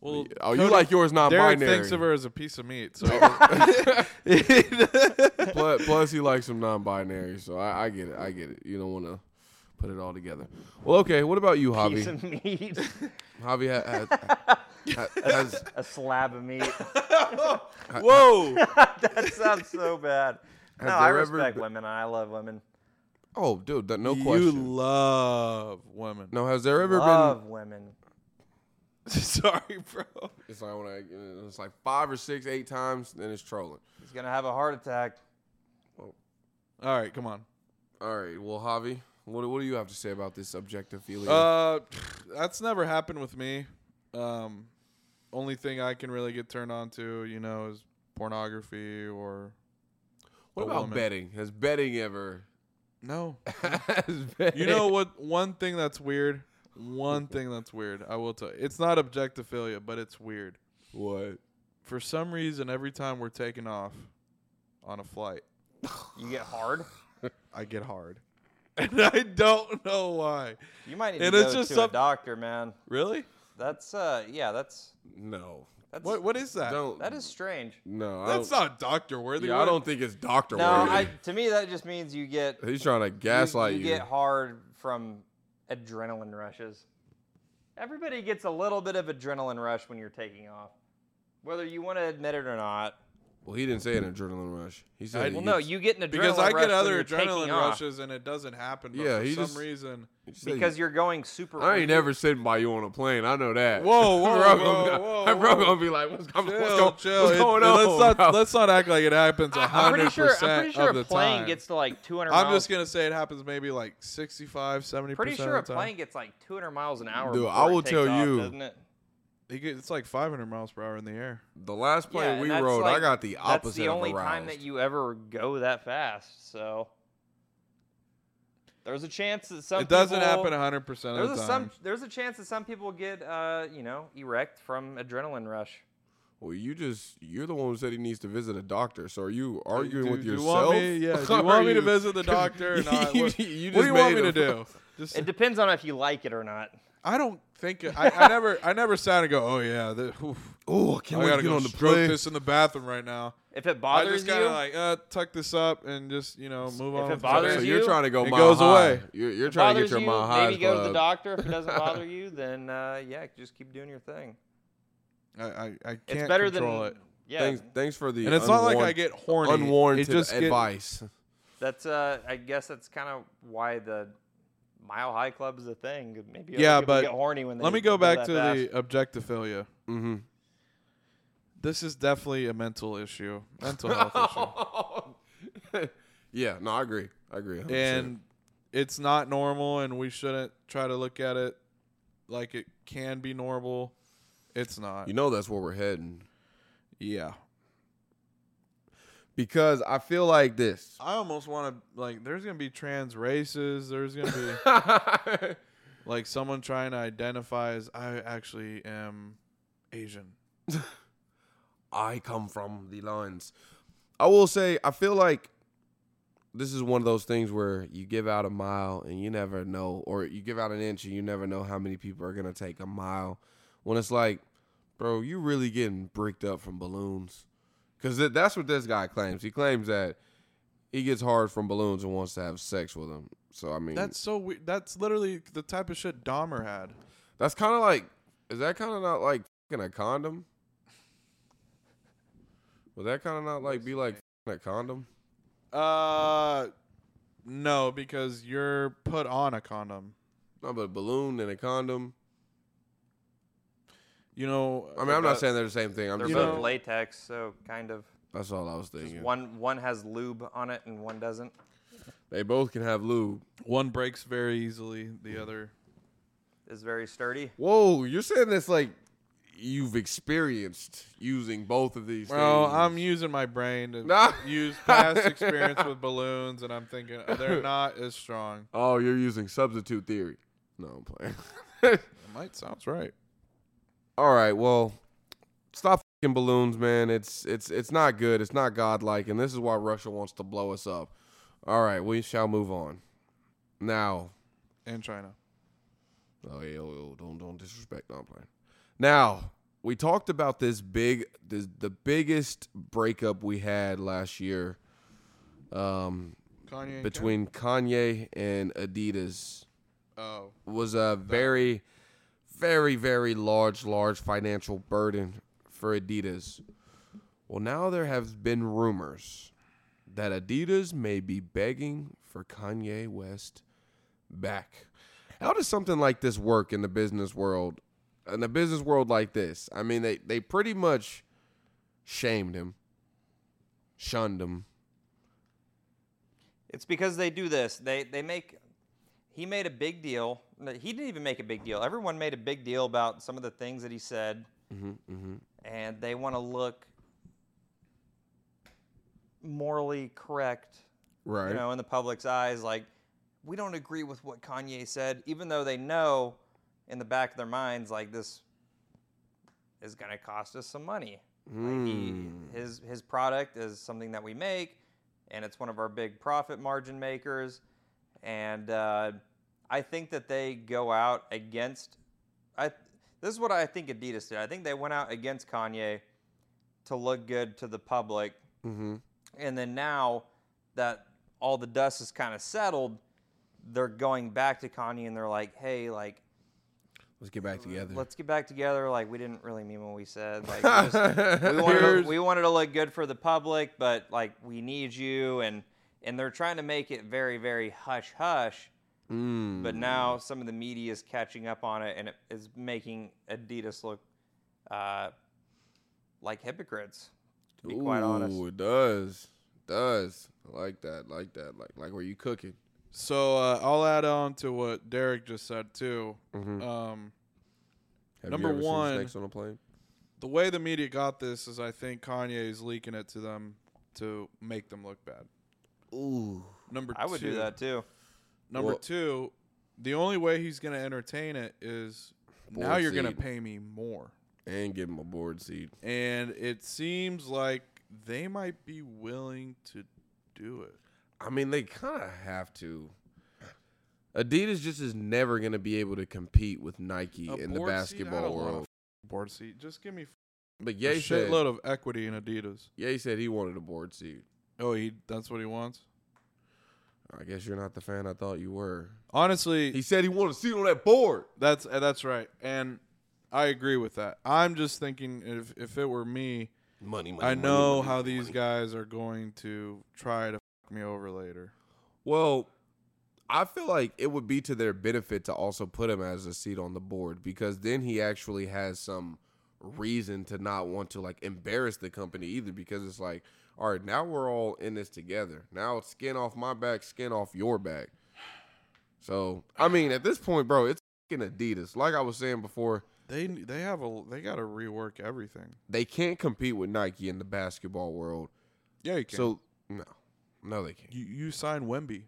Speaker 2: Well,
Speaker 1: Oh, you like yours non-binary.
Speaker 2: Derek thinks of her as a piece of meat. So he does-
Speaker 1: plus, plus, he likes some non-binary, so I, I get it. I get it. You don't want to put it all together. Well, okay. What about you, Javi?
Speaker 3: Piece of meat,
Speaker 1: Javi ha- ha- ha- has
Speaker 3: a slab of meat.
Speaker 2: Whoa!
Speaker 3: that sounds so bad. No,
Speaker 1: Has
Speaker 3: I
Speaker 1: there ever
Speaker 3: respect
Speaker 1: been-
Speaker 3: women and I love women.
Speaker 1: oh, dude, that, no
Speaker 2: You
Speaker 1: question.
Speaker 2: love women.
Speaker 1: no, has there ever been
Speaker 3: Love women.
Speaker 2: Sorry, bro.
Speaker 1: It's like when I, it's like five or six, eight times, then it's trolling.
Speaker 3: He's gonna have a heart attack.
Speaker 2: All right, come on.
Speaker 1: All right, well, Javi, what, what do you have to say about this objective feeling?
Speaker 2: Uh, that's never happened with me. Um, only thing I can really get turned on to, you know, is pornography or
Speaker 1: what
Speaker 2: a
Speaker 1: about
Speaker 2: woman.
Speaker 1: betting? Has betting ever?
Speaker 2: no.
Speaker 1: has
Speaker 2: You
Speaker 1: betting-
Speaker 2: know what? One thing that's weird. One thing that's weird. I will tell you. It's not objectophilia, but it's weird.
Speaker 1: what?
Speaker 2: For some reason, every time we're taking off on a flight,
Speaker 3: You get hard.
Speaker 2: I get hard, and I don't know why.
Speaker 3: You might need
Speaker 2: And
Speaker 3: to
Speaker 2: it's
Speaker 3: go
Speaker 2: just
Speaker 3: to
Speaker 2: some-
Speaker 3: a doctor, man.
Speaker 2: Really?
Speaker 3: That's uh, yeah, that's
Speaker 1: No,
Speaker 3: that's
Speaker 2: What? What is that?
Speaker 1: don't.
Speaker 3: that is strange.
Speaker 1: no, I
Speaker 2: That's
Speaker 1: don't,
Speaker 2: not doctor worthy.
Speaker 1: yeah, I don't think it's doctor.
Speaker 3: No,
Speaker 1: worthy.
Speaker 3: I to me that just means you get you-
Speaker 1: He's trying to gaslight you.
Speaker 3: you get hard from adrenaline rushes. Everybody gets a little bit of adrenaline rush when you're taking off, whether you want to admit it or not.
Speaker 1: Well, he didn't say an adrenaline rush. He said,
Speaker 2: I-
Speaker 1: he
Speaker 2: well,
Speaker 3: Well,
Speaker 1: gets-
Speaker 3: no, you get an adrenaline
Speaker 2: because I
Speaker 3: rush
Speaker 2: get
Speaker 3: when
Speaker 2: other
Speaker 3: you're taking
Speaker 2: adrenaline
Speaker 3: off
Speaker 2: rushes and it doesn't happen. But
Speaker 1: Yeah,
Speaker 2: for
Speaker 1: he
Speaker 2: some
Speaker 1: just-
Speaker 2: reason,
Speaker 1: he said,
Speaker 3: because you're going super.
Speaker 1: I ain't
Speaker 3: early.
Speaker 1: never sitting by you on a plane. I know that.
Speaker 2: Whoa, whoa,
Speaker 1: Bro,
Speaker 2: whoa,
Speaker 1: I'm-
Speaker 2: whoa,
Speaker 1: I'm bro
Speaker 2: whoa.
Speaker 1: gonna be like, what's,
Speaker 2: chill,
Speaker 1: what's going,
Speaker 2: chill.
Speaker 1: what's
Speaker 2: It-
Speaker 1: going on?
Speaker 2: Let's
Speaker 1: bro?
Speaker 2: not let's not act like it happens a
Speaker 3: I'm
Speaker 2: hundred
Speaker 3: pretty sure. I'm pretty
Speaker 2: percent
Speaker 3: sure
Speaker 2: of the
Speaker 3: a plane
Speaker 2: time.
Speaker 3: gets to like 200
Speaker 2: I'm
Speaker 3: miles.
Speaker 2: just gonna say it happens maybe like 65, 70
Speaker 3: pretty
Speaker 2: percent
Speaker 3: sure a
Speaker 2: of the time.
Speaker 3: plane gets like 200 miles an hour.
Speaker 1: Dude,
Speaker 3: before
Speaker 1: I will
Speaker 3: it takes
Speaker 1: tell
Speaker 3: off,
Speaker 1: you-
Speaker 3: doesn't it?
Speaker 2: He gets, it's like 500 miles per hour in the air.
Speaker 1: The last plane
Speaker 3: and
Speaker 1: we
Speaker 3: that's,
Speaker 1: rode, I
Speaker 3: like-
Speaker 1: got the opposite.
Speaker 3: That's the
Speaker 1: of
Speaker 3: only time
Speaker 1: aroused.
Speaker 3: that you ever go that fast. So There's a chance that some
Speaker 2: it doesn't
Speaker 3: people-
Speaker 2: happen 100 percent of
Speaker 3: There's
Speaker 2: the
Speaker 3: a
Speaker 2: time.
Speaker 3: some there's a chance that some people get uh, you know erect from adrenaline rush.
Speaker 1: Well, you just you're the one who said he needs to visit a doctor. So are you arguing
Speaker 2: do,
Speaker 1: with
Speaker 2: do
Speaker 1: yourself?
Speaker 2: You want me, yeah. Do
Speaker 1: Are
Speaker 2: you want me to
Speaker 1: you-
Speaker 2: visit the doctor or not?
Speaker 1: You-
Speaker 2: What,
Speaker 1: you
Speaker 2: what
Speaker 1: just
Speaker 2: do you want me
Speaker 1: made
Speaker 2: to
Speaker 1: a-
Speaker 2: do? Just
Speaker 3: It depends on if you like it or not.
Speaker 2: I don't think it- I, I never I never sat and go, oh yeah, the, oof,
Speaker 1: Oh, I
Speaker 2: I
Speaker 1: can't wait
Speaker 2: gotta
Speaker 1: to get
Speaker 2: go
Speaker 1: on the
Speaker 2: stroke
Speaker 1: plane.
Speaker 2: this in the bathroom right now.
Speaker 3: If it
Speaker 2: I
Speaker 3: bothers
Speaker 2: just
Speaker 3: you,
Speaker 2: gotta like uh, tuck this up and just you know move
Speaker 3: If
Speaker 2: on.
Speaker 3: it
Speaker 2: with the
Speaker 3: bothers
Speaker 1: So
Speaker 2: day.
Speaker 3: you,
Speaker 1: you're trying to go
Speaker 2: It
Speaker 1: mile
Speaker 2: goes
Speaker 1: high.
Speaker 2: away.
Speaker 1: You're, you're trying to get
Speaker 3: bothers
Speaker 1: your
Speaker 3: you,
Speaker 1: mile high.
Speaker 3: maybe go to the
Speaker 1: club.
Speaker 3: doctor. If it doesn't bother you, then uh, yeah, just keep doing your thing.
Speaker 2: I, I, I can't
Speaker 3: It's better than
Speaker 2: control it.
Speaker 3: yeah.
Speaker 1: Thanks, thanks for the.
Speaker 2: And it's not like I
Speaker 1: unwarrant-
Speaker 2: get horny.
Speaker 1: unwarranted
Speaker 2: it just get-
Speaker 1: advice.
Speaker 3: That's uh, I guess that's kind of why the Mile High Club is a thing. Maybe other
Speaker 2: Yeah,
Speaker 3: people
Speaker 2: but
Speaker 3: get horny when they
Speaker 2: let me go
Speaker 3: do
Speaker 2: back
Speaker 3: that
Speaker 2: to
Speaker 3: fast.
Speaker 2: the objectophilia.
Speaker 1: mm-hmm.
Speaker 2: This is definitely a mental issue, mental health issue.
Speaker 1: yeah, no, I agree. I agree. 100%.
Speaker 2: and it's not normal and we shouldn't try to look at it like it can be normal it's not
Speaker 1: you know that's where we're heading
Speaker 2: yeah
Speaker 1: because I feel like this.
Speaker 2: i almost want to like there's gonna be trans races there's gonna be like someone trying to identify as i actually am asian
Speaker 1: I come from the lines. I will say, I feel like this is one of those things where you give out a mile and you never know, or you give out an inch and you never know how many people are gonna take a mile. When it's like, bro, you really getting bricked up from balloons, because th- that's what this guy claims. He claims that he gets hard from balloons and wants to have sex with them. So I mean,
Speaker 2: that's so weird that's literally the type of shit dahmer had
Speaker 1: that's kind of like, is that kind of not like fucking a condom? Would that kind of not like be like fucking a condom?
Speaker 2: uh no because you're put on a condom
Speaker 1: No, but a balloon and a condom.
Speaker 2: you know
Speaker 1: I mean, I'm not
Speaker 2: that-
Speaker 1: saying they're the same thing. I'm
Speaker 3: They're
Speaker 1: just
Speaker 2: you
Speaker 3: both
Speaker 2: know-
Speaker 3: latex, so kind of.
Speaker 1: that's all I was
Speaker 3: Just
Speaker 1: thinking.
Speaker 3: one one has lube on it and one doesn't.
Speaker 1: They both can have lube.
Speaker 2: one breaks very easily the other
Speaker 3: Is very sturdy.
Speaker 1: Whoa, you're saying this like you've experienced using both of these.
Speaker 2: Bro,
Speaker 1: things.
Speaker 2: I'm using my brain to
Speaker 1: Nah.
Speaker 2: use past experience with balloons, and I'm thinking oh, they're not as strong.
Speaker 1: Oh, you're using substitute theory. No, I'm playing.
Speaker 2: It might sounds right.
Speaker 1: all right, well, stop fucking balloons, man. It's it's it's not good. It's not godlike, and this is why Russia wants to blow us up. All right, we shall move on. Now,
Speaker 2: In China,
Speaker 1: Oh yeah, oh, oh, don't don't disrespect. No, I'm playing. Now we talked about this big, this, the biggest breakup we had last year, um,
Speaker 2: Kanye and
Speaker 1: between Kanye and Adidas
Speaker 2: Kim? Oh,
Speaker 1: was a very, very, very large, large financial burden for Adidas. Well, now there have been rumors that Adidas may be begging for Kanye West back. How does something like this work in the business world? In a business world like this, I mean, they, they pretty much shamed him, shunned him.
Speaker 3: It's because they do this. They they make he made a big deal. No, He didn't even make a big deal. Everyone made a big deal about some of the things that he said,
Speaker 1: Mm-hmm, mm-hmm.
Speaker 3: and they want to look morally correct,
Speaker 1: Right.
Speaker 3: you know, in the public's eyes. Like we don't agree with what Kanye said, even though they know in the back of their minds, like this is going to cost us some money. Like
Speaker 1: Hmm.
Speaker 3: he, his his product is something that we make, and it's one of our big profit margin makers. And uh, I think that they go out against. I this is what I think Adidas did. I think they went out against Kanye to look good to the public,
Speaker 1: mm-hmm.
Speaker 3: and then now that all the dust is kind of settled, they're going back to Kanye and they're like, "Hey, like."
Speaker 1: Let's get back together.
Speaker 3: Let's get back together. Like we didn't really mean what we said. Like we just- we wanted, to,
Speaker 1: Here's-
Speaker 3: we wanted to look good for the public, but like we need you, and and they're trying to make it very, very hush hush.
Speaker 1: Mm.
Speaker 3: But now some of the media is catching up on it, and it is making Adidas look uh, like hypocrites. To be quite honest,
Speaker 1: Ooh, it does. Does. I like that. Like that. Like like where you cooking.
Speaker 2: so uh, I'll add on to what Derek just said too.
Speaker 1: Mm-hmm.
Speaker 2: Um,
Speaker 1: Have
Speaker 2: number
Speaker 1: you ever
Speaker 2: one-
Speaker 1: seen snakes on a plane?
Speaker 2: the way the media got this is, I think Kanye is leaking it to them to make them look bad.
Speaker 1: Ooh.
Speaker 2: Number
Speaker 3: I would
Speaker 2: two,
Speaker 3: do that too.
Speaker 2: Number
Speaker 1: Well-
Speaker 2: two, the only way he's gonna entertain it is now
Speaker 1: Board
Speaker 2: you're gonna
Speaker 1: seat.
Speaker 2: pay me more,
Speaker 1: and give him a board seat.
Speaker 2: and it seems like they might be willing to do it.
Speaker 1: I mean, they kind of have to. Adidas just is never going to be able to compete with Nike
Speaker 2: A
Speaker 1: in the
Speaker 2: board seat? I
Speaker 1: basketball
Speaker 2: don't want a
Speaker 1: world.
Speaker 2: Board seat, just give me f-
Speaker 1: But
Speaker 2: a
Speaker 1: Ye said,
Speaker 2: shitload of equity in Adidas.
Speaker 1: Ye said he wanted a board seat.
Speaker 2: Oh, he that's what he wants.
Speaker 1: I guess you're not the fan I thought you were.
Speaker 2: Honestly,
Speaker 1: He said he wanted a seat on that board.
Speaker 2: That's uh, that's right, and I agree with that. I'm just thinking if if it were me,
Speaker 1: Money, money.
Speaker 2: I
Speaker 1: money,
Speaker 2: know
Speaker 1: money,
Speaker 2: how
Speaker 1: money,
Speaker 2: these
Speaker 1: money.
Speaker 2: guys are going to try to fuck me over later.
Speaker 1: Well, I feel like it would be to their benefit to also put him as a seat on the board because then he actually has some reason to not want to like embarrass the company either because it's like, all right, now we're all in this together. Now it's skin off my back, skin off your back. So, I mean, at this point, bro, it's fucking Adidas. Like I was saying before,
Speaker 2: They they have a they got to rework everything.
Speaker 1: they can't compete with Nike in the basketball world.
Speaker 2: Yeah, you can. So
Speaker 1: So, no. No, they can't.
Speaker 2: you you sign Wemby.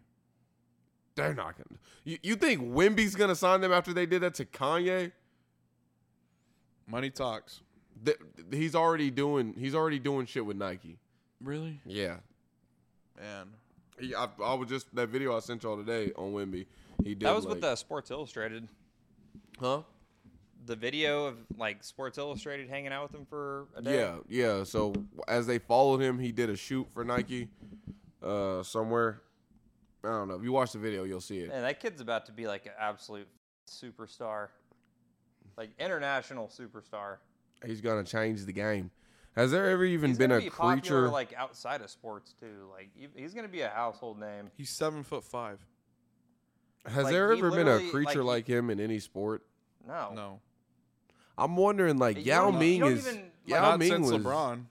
Speaker 1: They're not gonna. You, you think Wimby's gonna sign them after they did that to Kanye?
Speaker 2: Money talks.
Speaker 1: Th- th- he's already doing. He's already doing shit with Nike.
Speaker 2: Really?
Speaker 1: Yeah,
Speaker 2: Man,
Speaker 1: he, I, I was just that video I sent y'all today on Wimby. He did.
Speaker 3: That was
Speaker 1: like,
Speaker 3: with the Sports Illustrated.
Speaker 1: huh?
Speaker 3: The video of like Sports Illustrated hanging out with him for a day.
Speaker 1: Yeah, yeah. So as they followed him, he did a shoot for Nike, uh, somewhere. I don't know. If you watch the video, you'll see it.
Speaker 3: Man, that kid's about to be like an absolute superstar, like international superstar.
Speaker 1: He's gonna change the game. Has there ever even
Speaker 3: He's
Speaker 1: been
Speaker 3: gonna
Speaker 1: a
Speaker 3: be
Speaker 1: creature?
Speaker 3: popular like outside of sports too. Like he- he's gonna be a household name.
Speaker 2: he's seven foot five.
Speaker 1: has
Speaker 3: like,
Speaker 1: there
Speaker 3: he
Speaker 1: ever been a
Speaker 3: literally,
Speaker 1: creature like,
Speaker 3: like,
Speaker 1: him in any sport?
Speaker 3: No,
Speaker 2: No,
Speaker 1: I'm wondering, like
Speaker 3: You
Speaker 1: Yao
Speaker 3: don't- you
Speaker 1: Ming
Speaker 3: don't
Speaker 1: is.
Speaker 3: even, like-
Speaker 1: Yao
Speaker 2: not
Speaker 1: Ming
Speaker 2: since
Speaker 1: was.
Speaker 2: LeBron.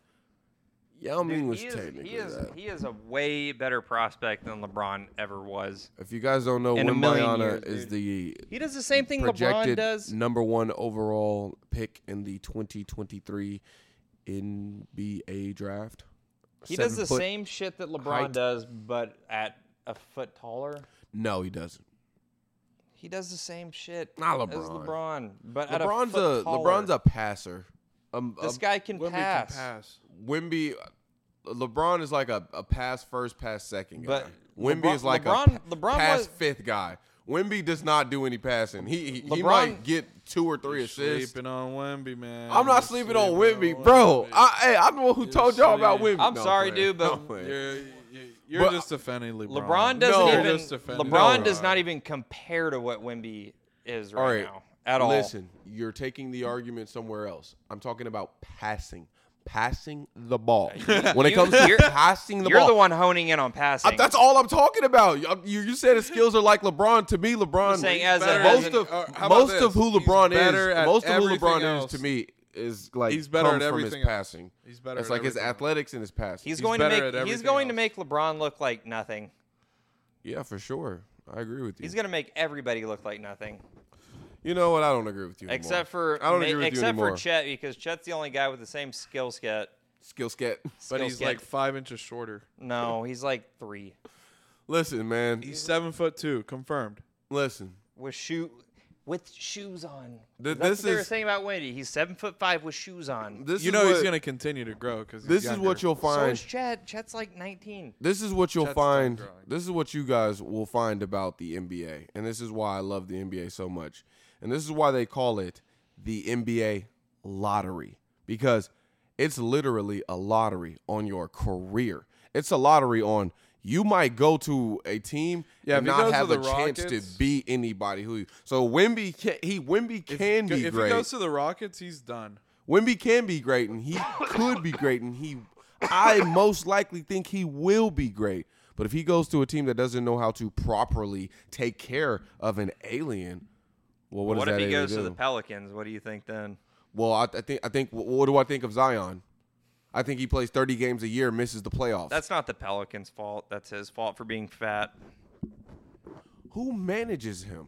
Speaker 1: Yao
Speaker 3: Dude,
Speaker 1: Ming was
Speaker 3: he is,
Speaker 1: technically
Speaker 3: he is
Speaker 1: that.
Speaker 3: he is a way better prospect than LeBron ever was.
Speaker 1: If you guys don't know,
Speaker 3: In a million
Speaker 1: Wimbayana
Speaker 3: years,
Speaker 1: is
Speaker 3: dude.
Speaker 1: the
Speaker 3: He does the same thing LeBron
Speaker 1: projected
Speaker 3: does.
Speaker 1: number one overall pick in the 2023 NBA draft.
Speaker 3: He does
Speaker 1: Seven
Speaker 3: the
Speaker 1: foot-
Speaker 3: same shit that LeBron
Speaker 1: height.
Speaker 3: does, but at a foot taller.
Speaker 1: No, he doesn't.
Speaker 3: He does the same shit
Speaker 1: Not
Speaker 3: as
Speaker 1: LeBron.
Speaker 3: LeBron, but at a
Speaker 1: LeBron's
Speaker 3: foot
Speaker 1: a,
Speaker 3: taller.
Speaker 1: LeBron's a passer. Um,
Speaker 3: This
Speaker 1: uh,
Speaker 3: guy can
Speaker 2: Wemby
Speaker 3: pass,
Speaker 2: can pass.
Speaker 1: Wimby, LeBron is like a, a pass first, pass second guy.
Speaker 3: But
Speaker 1: Wimby
Speaker 3: LeBron-
Speaker 1: is like a
Speaker 3: LeBron-
Speaker 1: pa-
Speaker 3: LeBron
Speaker 1: pass
Speaker 3: was-
Speaker 1: fifth guy. Wimby does not do any passing. He he, he
Speaker 3: LeBron-
Speaker 1: might get two or three assists.
Speaker 2: Sleeping on Wemby, man.
Speaker 1: I'm not
Speaker 2: You're
Speaker 1: sleeping on
Speaker 2: sleeping
Speaker 1: Wimby, bro.
Speaker 2: Wemby.
Speaker 1: I, hey, I'm the one who told y'all about Wimby.
Speaker 2: sleeping.
Speaker 3: I'm sorry, dude, but
Speaker 2: You're, you're- you're
Speaker 1: But-
Speaker 2: just defending LeBron.
Speaker 3: LeBron doesn't
Speaker 1: No.
Speaker 2: You're
Speaker 3: even.
Speaker 2: just defending
Speaker 3: LeBron
Speaker 1: No.
Speaker 3: does not even compare to what Wimby is right,
Speaker 1: All right.
Speaker 3: now at all.
Speaker 1: listen, you're taking the argument somewhere else. I'm talking about passing, passing the ball. when it
Speaker 3: you-
Speaker 1: comes to
Speaker 3: you're-
Speaker 1: passing the
Speaker 3: You're
Speaker 1: ball,
Speaker 3: the one honing in on
Speaker 1: I-
Speaker 3: passing.
Speaker 1: Uh, that's all I'm talking about. You, you, you said his skills are like LeBron. To me, LeBron,
Speaker 3: I'm saying as a-
Speaker 2: better
Speaker 1: most
Speaker 3: as an-
Speaker 1: of
Speaker 2: uh, how about
Speaker 1: most
Speaker 2: this?
Speaker 1: of who
Speaker 2: He's
Speaker 1: LeBron
Speaker 2: better
Speaker 1: is,
Speaker 2: at
Speaker 1: most of who
Speaker 2: everything
Speaker 1: LeBron
Speaker 2: else.
Speaker 1: is to me is like
Speaker 2: He's better at
Speaker 1: comes from
Speaker 2: everything
Speaker 1: his
Speaker 2: else.
Speaker 1: passing.
Speaker 2: He's better
Speaker 1: It's
Speaker 2: at
Speaker 1: like his
Speaker 2: everything else.
Speaker 1: athletics and his passing.
Speaker 3: he's,
Speaker 2: he's
Speaker 3: going to
Speaker 2: better at
Speaker 3: make. He's
Speaker 2: everything
Speaker 3: going to
Speaker 2: else.
Speaker 3: make LeBron look like nothing.
Speaker 1: yeah, for sure. I agree with you.
Speaker 3: He's going to make everybody look like nothing,
Speaker 1: You know what? I don't agree with you. anymore.
Speaker 3: except for
Speaker 1: I don't
Speaker 3: ma-
Speaker 1: agree with you
Speaker 3: except for
Speaker 1: anymore.
Speaker 3: Chet because Chet's the only guy with the same skill set.
Speaker 1: Skill sket.
Speaker 2: But
Speaker 3: skill
Speaker 2: he's
Speaker 3: set.
Speaker 2: like five inches shorter.
Speaker 3: no, he's like three.
Speaker 1: Listen, man.
Speaker 2: He's seven foot two, confirmed.
Speaker 1: Listen.
Speaker 3: with shoe with shoes on.
Speaker 1: Th-
Speaker 3: That's
Speaker 1: this
Speaker 3: what they were
Speaker 1: is-
Speaker 3: saying about Wendy. He's seven foot five with shoes on.
Speaker 1: This
Speaker 2: you
Speaker 1: is
Speaker 2: know
Speaker 1: what,
Speaker 2: he's gonna continue to grow because
Speaker 1: This is what you'll
Speaker 3: so
Speaker 1: find.
Speaker 3: is Chet. Chet's like nineteen.
Speaker 1: this is what you'll
Speaker 2: Chet's still
Speaker 1: find.
Speaker 2: growing.
Speaker 1: This is what you guys will find about the NBA, and this is why I love the NBA so much, and this is why they call it the NBA lottery because it's literally a lottery on your career. It's a lottery on. You might go to a team
Speaker 2: Yeah,
Speaker 1: and
Speaker 2: if he
Speaker 1: not
Speaker 2: goes to
Speaker 1: have
Speaker 2: the
Speaker 1: a chance to
Speaker 2: Rockets-
Speaker 1: beat anybody who. So Wimby can he Wimby can be
Speaker 2: if
Speaker 1: great.
Speaker 2: he goes to the Rockets, he's done.
Speaker 1: Wimby can be great, and he could be great, and he, I most likely think he will be great. But if he goes to a team that doesn't know how to properly take care of an alien, well, what,
Speaker 3: What,
Speaker 1: does
Speaker 3: if
Speaker 1: that
Speaker 3: he
Speaker 1: alien
Speaker 3: goes to
Speaker 1: do?
Speaker 3: the Pelicans? What do you think then?
Speaker 1: well, I, I think I think. wh- What do I think of Zion? I think he plays thirty games a year, misses the playoffs.
Speaker 3: That's not the Pelicans' fault. That's his fault for being fat.
Speaker 1: who manages him.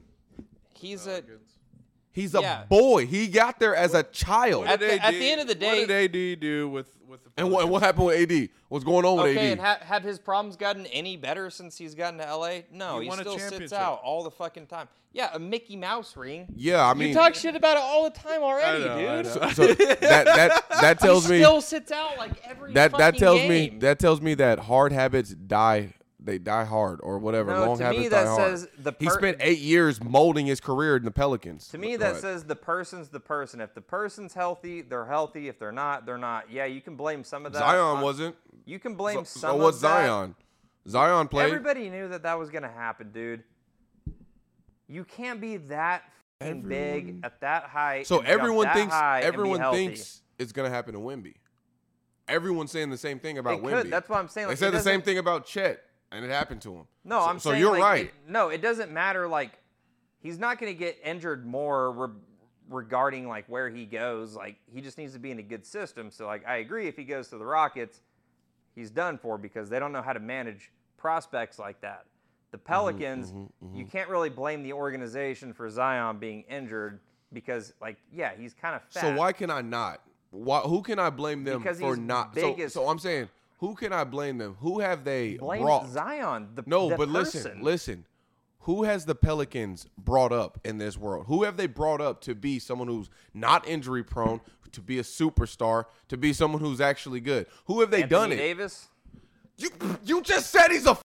Speaker 3: He's a
Speaker 1: He's a
Speaker 3: Yeah.
Speaker 1: boy. He got there as a child.
Speaker 2: What
Speaker 1: And
Speaker 3: At
Speaker 2: did
Speaker 3: the- at
Speaker 2: AD
Speaker 3: the end of the
Speaker 2: what did AD do with with the
Speaker 1: what, and what happened with AD? What's going on with
Speaker 3: Okay,
Speaker 1: AD?
Speaker 3: and ha- have his problems gotten any better since he's gotten to LA? No,
Speaker 2: He
Speaker 3: he,
Speaker 2: won a
Speaker 3: still sits
Speaker 2: championship.
Speaker 3: out all the fucking time. Yeah, a Mickey Mouse ring.
Speaker 1: yeah, I mean,
Speaker 3: you talk shit about it all the time
Speaker 2: I
Speaker 3: already,
Speaker 2: know, I
Speaker 3: dude.
Speaker 2: know.
Speaker 1: so that that that
Speaker 3: He
Speaker 1: tells me
Speaker 3: still sits out like every
Speaker 1: that that
Speaker 3: fucking
Speaker 1: tells me
Speaker 3: game.
Speaker 1: that tells me that hard habits die they die hard or whatever
Speaker 3: No,
Speaker 1: long
Speaker 3: to
Speaker 1: habits
Speaker 3: me
Speaker 1: die
Speaker 3: that
Speaker 1: hard.
Speaker 3: says the
Speaker 1: he
Speaker 3: per-
Speaker 1: spent eight years molding his career in the Pelicans.
Speaker 3: To me, that
Speaker 1: Right.
Speaker 3: says the person's the person. If the person's healthy, they're healthy. If they're not, they're not. Yeah, you can blame some of that.
Speaker 1: Zion
Speaker 3: on-
Speaker 1: wasn't.
Speaker 3: You can blame
Speaker 1: So,
Speaker 3: some.
Speaker 1: so what's
Speaker 3: of that.
Speaker 1: Zion? Zion played.
Speaker 3: Everybody knew that that was gonna happen, dude. You can't be that fucking big
Speaker 1: Everyone-
Speaker 3: at that height.
Speaker 1: so
Speaker 3: and jump
Speaker 1: everyone
Speaker 3: that
Speaker 1: thinks
Speaker 3: high and be
Speaker 1: everyone
Speaker 3: healthy.
Speaker 1: thinks it's gonna happen to Wimby. Everyone's saying the same thing about
Speaker 3: It
Speaker 1: Wimby.
Speaker 3: could. That's what I'm saying.
Speaker 1: they
Speaker 3: Like, it
Speaker 1: said the same
Speaker 3: doesn't-
Speaker 1: thing about Chet, and it happened to him.
Speaker 3: No,
Speaker 1: so,
Speaker 3: I'm
Speaker 1: so
Speaker 3: saying
Speaker 1: you're
Speaker 3: like,
Speaker 1: right.
Speaker 3: it- no, it doesn't matter. Like he's not going to get injured more re- regarding like where he goes. Like he just needs to be in a good system. So like I agree, if he goes to the Rockets, he's done for because they don't know how to manage prospects like that. The
Speaker 1: Mm-hmm,
Speaker 3: Pelicans, you can't really blame the organization for Zion being injured because like yeah, he's kind of fat.
Speaker 1: So why can I not? Why who can I blame them
Speaker 3: Because
Speaker 1: for
Speaker 3: he's
Speaker 1: not?
Speaker 3: big
Speaker 1: So,
Speaker 3: as-
Speaker 1: so I'm saying who can I blame them? Who have they
Speaker 3: blame
Speaker 1: brought?
Speaker 3: Zion? The
Speaker 1: No,
Speaker 3: the
Speaker 1: but
Speaker 3: person.
Speaker 1: listen, listen. Who has the Pelicans brought up in this world? Who have they brought up to be someone who's not injury prone, to be a superstar, to be someone who's actually good? Who have they
Speaker 3: Anthony
Speaker 1: done it?
Speaker 3: Davis.
Speaker 1: You you just said he's a f-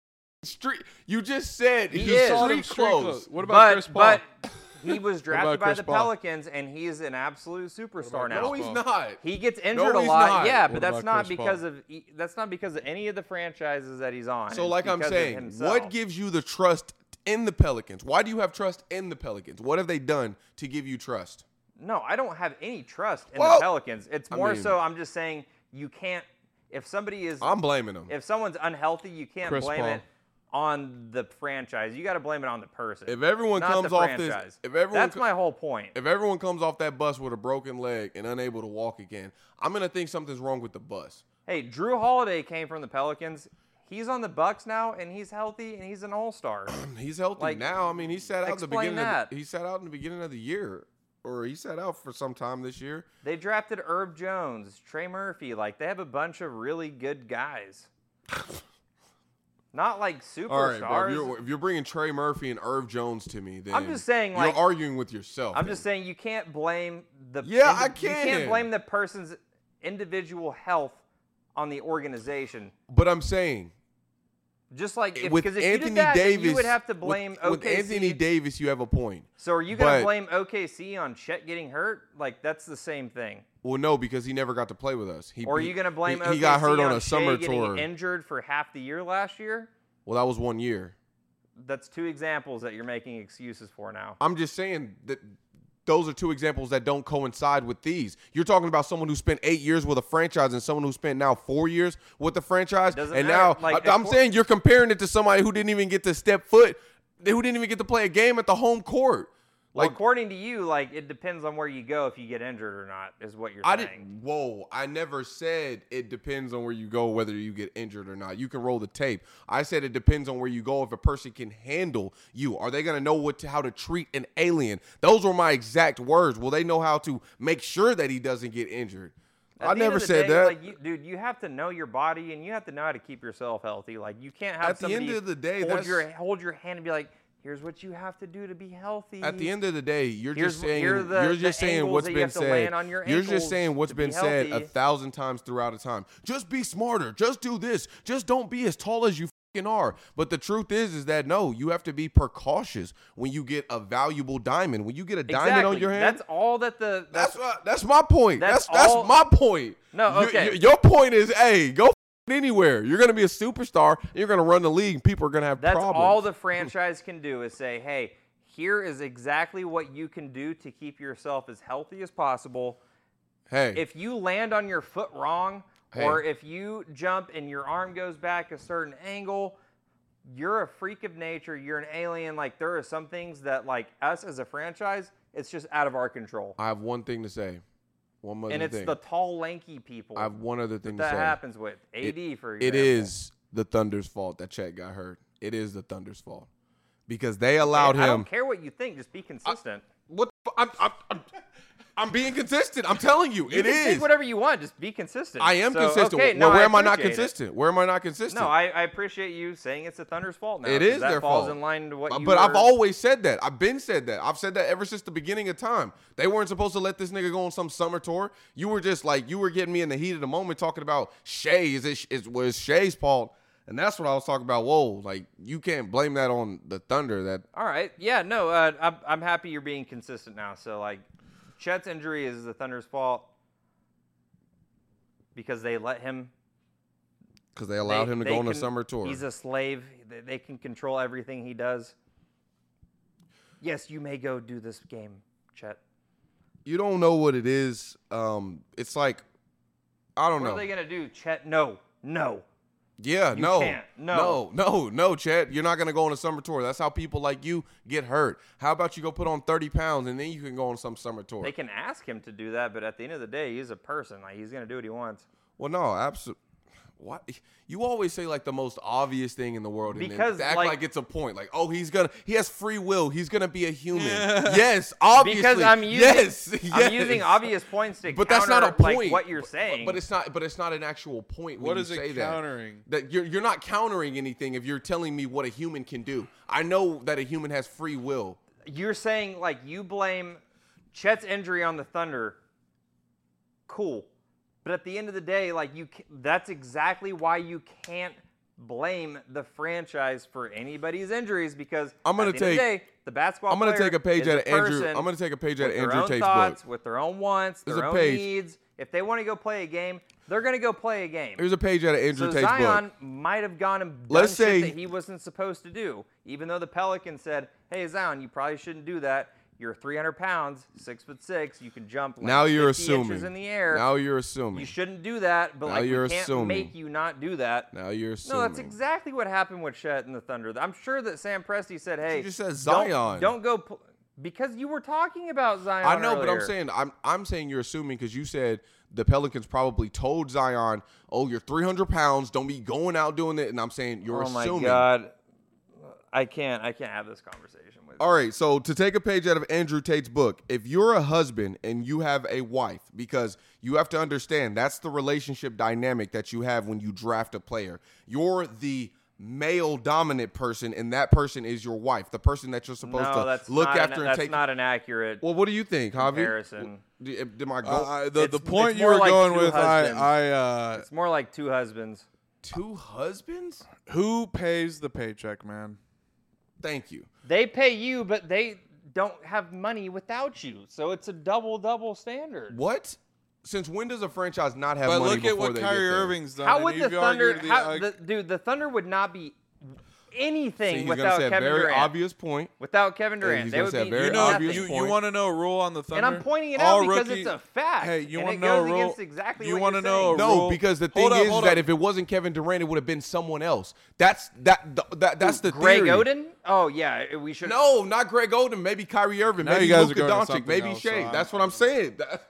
Speaker 1: street. You just said he's
Speaker 3: is.
Speaker 2: Saw them
Speaker 1: street
Speaker 2: street
Speaker 1: clothes.
Speaker 2: clothes. What about
Speaker 3: but,
Speaker 2: Chris Paul?
Speaker 3: But he was drafted
Speaker 2: about
Speaker 3: by
Speaker 2: Chris
Speaker 3: the
Speaker 2: Paul?
Speaker 3: Pelicans, and he's an absolute superstar now.
Speaker 1: No, he's not.
Speaker 3: He gets injured a
Speaker 1: he's
Speaker 3: lot,
Speaker 1: not.
Speaker 3: yeah,
Speaker 2: What
Speaker 3: but that's
Speaker 2: about
Speaker 3: not
Speaker 2: Chris
Speaker 3: because
Speaker 2: Paul?
Speaker 3: of e- that's not because of any of the franchises that he's on.
Speaker 1: So,
Speaker 3: It's
Speaker 1: like I'm
Speaker 3: because of
Speaker 1: saying,
Speaker 3: himself.
Speaker 1: what gives you the trust in the Pelicans? Why do you have trust in the Pelicans? What have they done to give you trust?
Speaker 3: No, I don't have any trust in
Speaker 1: Well-
Speaker 3: the Pelicans. It's more
Speaker 1: mean-
Speaker 3: so I'm just saying you can't. If somebody is,
Speaker 1: I'm blaming them. If,
Speaker 3: if someone's unhealthy, you can't
Speaker 2: Chris
Speaker 3: blame
Speaker 2: Paul.
Speaker 3: it on the franchise. You got to blame it on the person.
Speaker 1: everyone
Speaker 3: not
Speaker 1: comes
Speaker 3: the
Speaker 1: off
Speaker 3: franchise.
Speaker 1: this, if everyone
Speaker 3: that's
Speaker 1: co-
Speaker 3: my whole point.
Speaker 1: if everyone comes off that bus with a broken leg and unable to walk again, I'm gonna think something's wrong with the bus.
Speaker 3: Hey, Drew Holiday came from the Pelicans. He's on the Bucks now, and he's healthy, and he's an All Star.
Speaker 1: He's healthy
Speaker 3: Like,
Speaker 1: now. I mean, he sat out the
Speaker 3: explain
Speaker 1: beginning. Of
Speaker 3: that.
Speaker 1: the, he sat out in the beginning of the year, or he sat out for some time this year.
Speaker 3: they drafted Herb Jones, Trey Murphy. Like they have a bunch of really good guys. Not like
Speaker 1: All right,
Speaker 3: superstars.
Speaker 1: bro. If you're, if you're bringing Trey Murphy and Irv Jones to me, then
Speaker 3: I'm just saying,
Speaker 1: you're
Speaker 3: like-
Speaker 1: arguing with yourself.
Speaker 3: I'm
Speaker 1: then.
Speaker 3: just saying you can't blame the
Speaker 1: Yeah, I
Speaker 3: You
Speaker 1: can.
Speaker 3: can't blame the person's individual health on the organization.
Speaker 1: But I'm saying
Speaker 3: Just like if,
Speaker 1: with
Speaker 3: 'cause if
Speaker 1: Anthony
Speaker 3: you did that, then
Speaker 1: Davis,
Speaker 3: you would have to
Speaker 1: with-
Speaker 3: blame
Speaker 1: with,
Speaker 3: OKC.
Speaker 1: Anthony Davis, you have a point.
Speaker 3: so are you going
Speaker 1: but-
Speaker 3: to blame OKC on Chet getting hurt? Like that's the same thing.
Speaker 1: Well, no, because he never got to play with us. He,
Speaker 3: Or are you going to blame
Speaker 1: He,
Speaker 3: OKC
Speaker 1: he got hurt on
Speaker 3: on
Speaker 1: a
Speaker 3: Shea
Speaker 1: summer
Speaker 3: getting
Speaker 1: tour.
Speaker 3: injured for half the year last year?
Speaker 1: well, that was one year.
Speaker 3: That's two examples that you're making excuses for now.
Speaker 1: I'm just saying that those are two examples that don't coincide with these. You're talking about someone who spent eight years with a franchise and someone who spent now four years with the franchise.
Speaker 3: Doesn't
Speaker 1: and
Speaker 3: matter.
Speaker 1: now
Speaker 3: Like,
Speaker 1: I, am
Speaker 3: of course-
Speaker 1: saying you're comparing it to somebody who didn't even get to step foot, who didn't even get to play a game at the home court.
Speaker 3: Well,
Speaker 1: Like
Speaker 3: according to you, like it depends on where you go if you get injured or not, is what you're
Speaker 1: I
Speaker 3: saying.
Speaker 1: didn't. Whoa! I never said it depends on where you go whether you get injured or not. You can roll the tape. I said it depends on where you go if a person can handle you. Are they gonna know what to, how to treat an alien? Those were my exact words. Will they know how to make sure that he doesn't get injured?
Speaker 3: At
Speaker 1: I
Speaker 3: the end
Speaker 1: never
Speaker 3: of the
Speaker 1: said
Speaker 3: day,
Speaker 1: that.
Speaker 3: like, you, dude. You have to know your body and you have to know how to keep yourself healthy. Like you can't have
Speaker 1: At the end
Speaker 3: somebody
Speaker 1: of the day,
Speaker 3: hold
Speaker 1: that's-
Speaker 3: your hold your hand and be like, "Here's what you have to do to be healthy."
Speaker 1: At the end of the day, you're
Speaker 3: Here's
Speaker 1: just
Speaker 3: wh-
Speaker 1: saying
Speaker 3: here are the-
Speaker 1: you're
Speaker 3: the
Speaker 1: just saying
Speaker 3: angles
Speaker 1: what's
Speaker 3: that you
Speaker 1: been
Speaker 3: have to
Speaker 1: said.
Speaker 3: land on your
Speaker 1: you're just
Speaker 3: ankles
Speaker 1: saying what's
Speaker 3: to
Speaker 1: been
Speaker 3: be
Speaker 1: said a
Speaker 3: healthy.
Speaker 1: thousand times throughout a time. Just be smarter. Just do this. Just don't be as tall as you fing are. But the truth is, is that no, you have to be precautious when you get a valuable diamond. When you get a diamond on
Speaker 3: Exactly.
Speaker 1: your hand,
Speaker 3: That's all that the that's,
Speaker 1: that's what- that's my point. That's
Speaker 3: That's
Speaker 1: that's,
Speaker 3: all-
Speaker 1: my point.
Speaker 3: No,
Speaker 1: You-
Speaker 3: okay.
Speaker 1: you- your point is, hey, go f- anywhere. You're gonna be a superstar. and You're gonna run the league. and People are gonna have
Speaker 3: That's
Speaker 1: problems.
Speaker 3: all the franchise can do is say, hey, here is exactly what you can do to keep yourself as healthy as possible.
Speaker 1: hey,
Speaker 3: If you land on your foot wrong,
Speaker 1: Hey.
Speaker 3: or if you jump and your arm goes back a certain angle, you're a freak of nature. You're an alien. Like, there are some things that, like, us as a franchise, it's just out of our control.
Speaker 1: I have one thing to say. One other
Speaker 3: and it's
Speaker 1: thing.
Speaker 3: the tall, lanky people
Speaker 1: I have one other thing
Speaker 3: that
Speaker 1: to say.
Speaker 3: happens with. AD, for
Speaker 1: It
Speaker 3: example.
Speaker 1: is the Thunder's fault that Chet got hurt. It is the Thunder's fault because they allowed
Speaker 3: I
Speaker 1: him.
Speaker 3: don't care what you think, just be consistent.
Speaker 1: What the, fu- I'm, I'm, I'm, I'm being consistent. I'm telling you,
Speaker 3: You
Speaker 1: it
Speaker 3: can
Speaker 1: is.
Speaker 3: Think whatever you want, just be consistent.
Speaker 1: I am
Speaker 3: So,
Speaker 1: consistent.
Speaker 3: Okay, no,
Speaker 1: well, where am I not
Speaker 3: appreciate it.
Speaker 1: consistent? Where am I not consistent?
Speaker 3: No, I, I appreciate you saying it's the Thunder's fault. Now
Speaker 1: It
Speaker 3: 'cause
Speaker 1: is
Speaker 3: that
Speaker 1: their
Speaker 3: falls
Speaker 1: fault.
Speaker 3: in line to what
Speaker 1: But
Speaker 3: you.
Speaker 1: but I've
Speaker 3: were-
Speaker 1: always said that. I've been said that. I've said that ever since the beginning of time. They weren't supposed to let this nigga go on some summer tour. You were just like you were getting me in the heat of the moment talking about Shay. Is it is was Shay's fault? And that's what I was talking about. Whoa, like you can't blame that on the Thunder. That
Speaker 3: All right. Yeah. No. Uh, I'm I'm happy you're being consistent now. So like, Chet's injury is the Thunder's fault because they let him.
Speaker 1: because they allowed
Speaker 3: they-
Speaker 1: him to
Speaker 3: they
Speaker 1: go on a
Speaker 3: can-
Speaker 1: summer tour.
Speaker 3: He's a slave. They, they can control everything he does. Yes, you may go do this game, Chet.
Speaker 1: you don't know what it is. Um, it's like I don't
Speaker 3: What
Speaker 1: know.
Speaker 3: are they gonna do, Chet? No. No.
Speaker 1: Yeah, no,
Speaker 3: can't.
Speaker 1: no,
Speaker 3: No.
Speaker 1: no, no, Chad. You're not gonna go on a summer tour. That's how people like you get hurt. How about you go put on 30 pounds and then you can go on some summer tour?
Speaker 3: They can ask him to do that, but at the end of the day, he's a person. Like he's gonna do what he wants.
Speaker 1: well, no, absolutely. What you always say like the most obvious thing in the world, and
Speaker 3: Because,
Speaker 1: then act like,
Speaker 3: like-
Speaker 1: it's a point. Like, oh, he's gonna, he has free will. He's gonna be a human. yes, obviously.
Speaker 3: Because I'm using
Speaker 1: yes, yes.
Speaker 3: I'm using obvious points to
Speaker 1: But that's not a
Speaker 3: counter,
Speaker 1: point.
Speaker 3: Like, what you're
Speaker 1: But- but-
Speaker 3: saying,
Speaker 1: but, it's not. But it's not an actual point. When
Speaker 2: What
Speaker 1: you
Speaker 2: is it
Speaker 1: say
Speaker 2: countering?
Speaker 1: That, that you're you're not countering anything if you're telling me what a human can do. I know that a human has free will.
Speaker 3: you're saying like you blame Chet's injury on the Thunder. Cool, but at the end of the day, like you, ca- that's exactly why you can't blame the franchise for anybody's injuries because
Speaker 1: I'm gonna
Speaker 3: at the end of
Speaker 1: take-
Speaker 3: the day, the basketball.
Speaker 1: I'm gonna
Speaker 3: player
Speaker 1: take a page
Speaker 3: is
Speaker 1: out of Andrew.
Speaker 3: person
Speaker 1: I'm gonna take a page out of
Speaker 3: with their
Speaker 1: Andrew
Speaker 3: own
Speaker 1: Tate's
Speaker 3: thoughts,
Speaker 1: book.
Speaker 3: with their own wants,
Speaker 1: There's
Speaker 3: their
Speaker 1: a
Speaker 3: own
Speaker 1: page.
Speaker 3: needs. If they want to go play a game, they're gonna go play a game.
Speaker 1: Here's a page out of Andrew
Speaker 3: So
Speaker 1: Tate's
Speaker 3: Zion
Speaker 1: book.
Speaker 3: might have gone and done
Speaker 1: Let's
Speaker 3: shit
Speaker 1: say-
Speaker 3: that he wasn't supposed to do, even though the Pelican said, "Hey Zion, you probably shouldn't do that. You're 300 pounds, six foot six. You can jump like
Speaker 1: Now you're
Speaker 3: 50
Speaker 1: assuming.
Speaker 3: inches in the air.
Speaker 1: Now you're assuming.
Speaker 3: you shouldn't do that, but
Speaker 1: Now
Speaker 3: like we
Speaker 1: you're
Speaker 3: can't
Speaker 1: assuming.
Speaker 3: make you not do that."
Speaker 1: now you're assuming.
Speaker 3: No, that's exactly what happened with Chet and the Thunder. I'm sure that Sam Presti said, "Hey,
Speaker 1: just said
Speaker 3: don't-
Speaker 1: Zion.
Speaker 3: Don't, go pl- because you were talking about Zion."
Speaker 1: I know, but I'm
Speaker 3: earlier.
Speaker 1: saying I'm I'm saying you're assuming because you said the Pelicans probably told Zion, "Oh, you're 300 pounds. Don't be going out doing it." And I'm saying you're
Speaker 3: Oh my
Speaker 1: assuming.
Speaker 3: god, I can't. I can't have this conversation with. you.
Speaker 1: All right, so to take a page out of Andrew Tate's book, if you're a husband and you have a wife, because you have to understand that's the relationship dynamic that you have when you draft a player. You're the male dominant person, and that person is your wife, the person that you're supposed
Speaker 3: no,
Speaker 1: to
Speaker 3: that's
Speaker 1: look
Speaker 3: not
Speaker 1: after
Speaker 3: an,
Speaker 1: and
Speaker 3: that's
Speaker 1: take.
Speaker 3: not an accurate
Speaker 1: well, what do you think, Javi?
Speaker 3: comparison.
Speaker 1: Did, did my go-
Speaker 2: Uh, the the
Speaker 3: It's-
Speaker 2: point
Speaker 3: it's
Speaker 2: you
Speaker 3: more
Speaker 2: were
Speaker 3: like
Speaker 2: going
Speaker 3: two
Speaker 2: with, I,
Speaker 3: husbands.
Speaker 2: I uh,
Speaker 3: It's more like two husbands.
Speaker 1: two husbands?
Speaker 2: who pays the paycheck, man?
Speaker 1: Thank you.
Speaker 3: They pay you, but they don't have money without you. So it's a double double standard.
Speaker 1: What? Since when does a franchise not have
Speaker 2: But
Speaker 1: money
Speaker 2: look at
Speaker 1: before
Speaker 2: what
Speaker 1: they get
Speaker 2: Kyrie
Speaker 1: there?
Speaker 2: Irving's done.
Speaker 3: How
Speaker 2: and
Speaker 3: would the
Speaker 2: you've
Speaker 3: Thunder?
Speaker 2: argued the,
Speaker 3: how,
Speaker 2: uh,
Speaker 3: the, dude, the Thunder would not be
Speaker 1: See,
Speaker 3: anything
Speaker 1: he's gonna
Speaker 3: without
Speaker 1: say a
Speaker 3: Kevin
Speaker 1: very
Speaker 3: Durant.
Speaker 1: obvious point.
Speaker 3: without Kevin
Speaker 1: Yeah,
Speaker 3: Durant,
Speaker 1: he's
Speaker 3: they
Speaker 1: gonna
Speaker 3: would
Speaker 1: say a
Speaker 3: be
Speaker 1: very
Speaker 2: You know,
Speaker 3: nothing.
Speaker 1: obvious
Speaker 2: you, you
Speaker 1: point.
Speaker 2: want to know a rule on the Thunder?
Speaker 3: and I'm pointing it
Speaker 2: All
Speaker 3: out because
Speaker 2: rookie-
Speaker 3: it's a fact.
Speaker 2: Hey, you
Speaker 3: and
Speaker 2: want
Speaker 3: it
Speaker 2: to know a
Speaker 3: goes
Speaker 2: rule?
Speaker 3: against exactly
Speaker 2: you
Speaker 3: what
Speaker 2: wanna
Speaker 3: you're
Speaker 2: know a
Speaker 3: saying.
Speaker 1: No,
Speaker 2: rule.
Speaker 1: because the thing
Speaker 2: Hold up,
Speaker 1: is
Speaker 2: hold
Speaker 1: that
Speaker 2: up.
Speaker 1: if it wasn't Kevin Durant, it would have been someone else. That's that th- that that's the
Speaker 3: Greg
Speaker 1: theory.
Speaker 3: Oden? Oh yeah, we should.
Speaker 1: No, not Greg Oden. Maybe Kyrie Irving.
Speaker 2: Now
Speaker 1: Maybe
Speaker 2: you guys
Speaker 1: Luka
Speaker 2: are going to
Speaker 1: Doncic.
Speaker 2: something
Speaker 1: Maybe
Speaker 2: else,
Speaker 1: Shea.
Speaker 2: so I
Speaker 1: that's
Speaker 2: don't
Speaker 1: what I'm saying. That-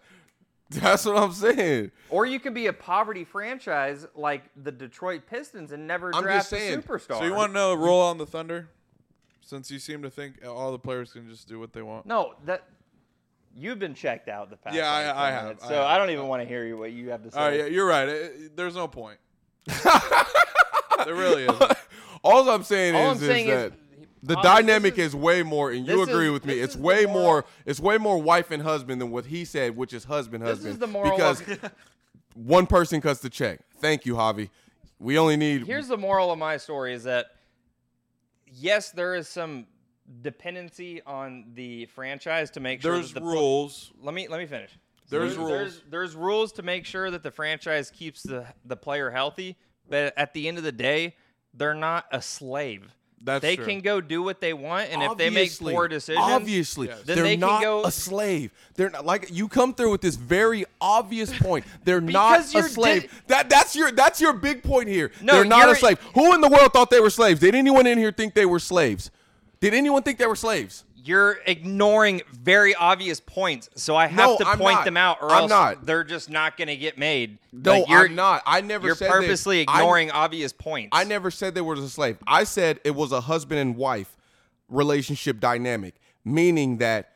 Speaker 1: that's what I'm saying.
Speaker 3: Or you could be a poverty franchise like the Detroit Pistons and never
Speaker 1: I'm just
Speaker 3: draft
Speaker 1: saying.
Speaker 3: a superstar.
Speaker 2: So you want to know a rule on the Thunder? Since you seem to think all the players can just do what they want.
Speaker 3: No, that you've been checked out the past.
Speaker 2: Yeah, I-
Speaker 3: like,
Speaker 2: I
Speaker 3: 10
Speaker 2: have,
Speaker 3: minutes,
Speaker 2: I
Speaker 3: so
Speaker 2: have.
Speaker 3: I, don't even want to hear you what you have to say.
Speaker 2: All right, yeah, you're right. It, it- there's no point. there really is.
Speaker 1: All I'm saying
Speaker 3: All
Speaker 1: is, is
Speaker 3: I'm saying
Speaker 1: that
Speaker 3: is-
Speaker 1: the
Speaker 3: obvi-
Speaker 1: dynamic
Speaker 3: this
Speaker 1: is, way more, and you
Speaker 3: this is-
Speaker 1: agree with me.
Speaker 3: this
Speaker 1: It's
Speaker 3: is the
Speaker 1: way more,
Speaker 3: moral-
Speaker 1: It's way more wife and husband than what he said, which is husband
Speaker 3: This
Speaker 1: husband.
Speaker 3: is the moral
Speaker 1: because
Speaker 3: of,
Speaker 1: one person cuts the check. Thank you, Javi. We only need
Speaker 3: Here's the moral of my story is that yes, there is some dependency on the franchise to make sure
Speaker 2: There's
Speaker 3: that the
Speaker 2: rules.
Speaker 3: let me let me finish.
Speaker 2: There's rules.
Speaker 3: There's, there's rules to make sure that the franchise keeps the the player healthy, but at the end of the day, they're not a slave.
Speaker 2: That's
Speaker 3: they
Speaker 2: true.
Speaker 3: can go do what they want, and if they
Speaker 1: Obviously.
Speaker 3: make poor decisions,
Speaker 1: obviously,
Speaker 2: Yes.
Speaker 1: they're
Speaker 3: then they can
Speaker 1: not
Speaker 3: go-
Speaker 1: a slave. They're not like you come through with this very obvious point. They're not
Speaker 3: Because
Speaker 1: a
Speaker 3: you're
Speaker 1: slave.
Speaker 3: di-
Speaker 1: that that's your that's your big point here.
Speaker 3: No,
Speaker 1: they're not a
Speaker 3: you're-
Speaker 1: slave. Who in the world thought they were slaves? Did anyone in here think they were slaves? Did anyone think they were slaves?
Speaker 3: you're ignoring very obvious points. So I have
Speaker 1: No,
Speaker 3: to
Speaker 1: I'm
Speaker 3: point
Speaker 1: not.
Speaker 3: them out, or
Speaker 1: I'm
Speaker 3: else
Speaker 1: not.
Speaker 3: they're just not going to get made.
Speaker 1: No,
Speaker 3: Like, you're
Speaker 1: I'm not. I never
Speaker 3: You're
Speaker 1: said
Speaker 3: purposely
Speaker 1: they, I-
Speaker 3: ignoring obvious points.
Speaker 1: I never said they were a slave. I said it was a husband and wife relationship dynamic, meaning that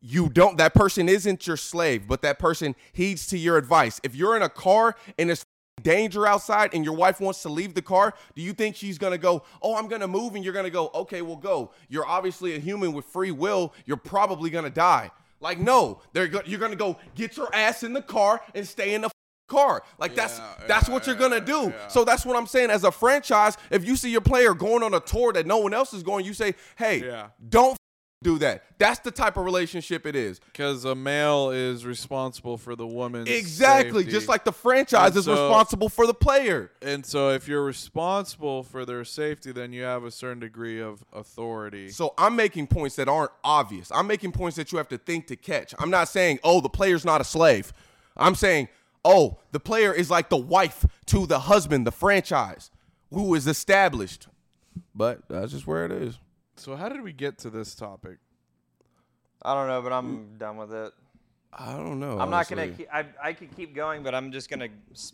Speaker 1: you don't that person isn't your slave but that person heeds to your advice if you're in a car and there's danger outside and your wife wants to leave the car do you think she's going to go oh i'm going to move and you're going to go okay well go you're obviously a human with free will you're probably going to die like no they're go- you're going to go get your ass in the car and stay in the car like that's
Speaker 2: Yeah,
Speaker 1: that's
Speaker 2: yeah,
Speaker 1: what you're gonna
Speaker 2: yeah,
Speaker 1: do
Speaker 2: yeah.
Speaker 1: so that's what i'm saying as a franchise if you see your player going on a tour that no one else is going you say hey
Speaker 2: Yeah.
Speaker 1: don't do that that's the type of relationship it is
Speaker 2: Because a male is responsible for the woman's
Speaker 1: Exactly. Just
Speaker 2: safety.
Speaker 1: like the franchise
Speaker 2: And
Speaker 1: is
Speaker 2: so-
Speaker 1: responsible for the player.
Speaker 2: and so if you're responsible for their safety, then you have a certain degree of authority.
Speaker 1: So I'm making points that aren't obvious. I'm making points that you have to think to catch. I'm not saying, oh, the player's not a slave. I'm saying, oh, the player is like the wife to the husband, the franchise, who is established. But that's just where it is.
Speaker 2: So how did we get to this topic?
Speaker 3: I don't know, but I'm done with it.
Speaker 1: I don't know.
Speaker 3: I'm not gonna.
Speaker 1: honestly.
Speaker 3: Keep, I I could keep going, but I'm just gonna. s-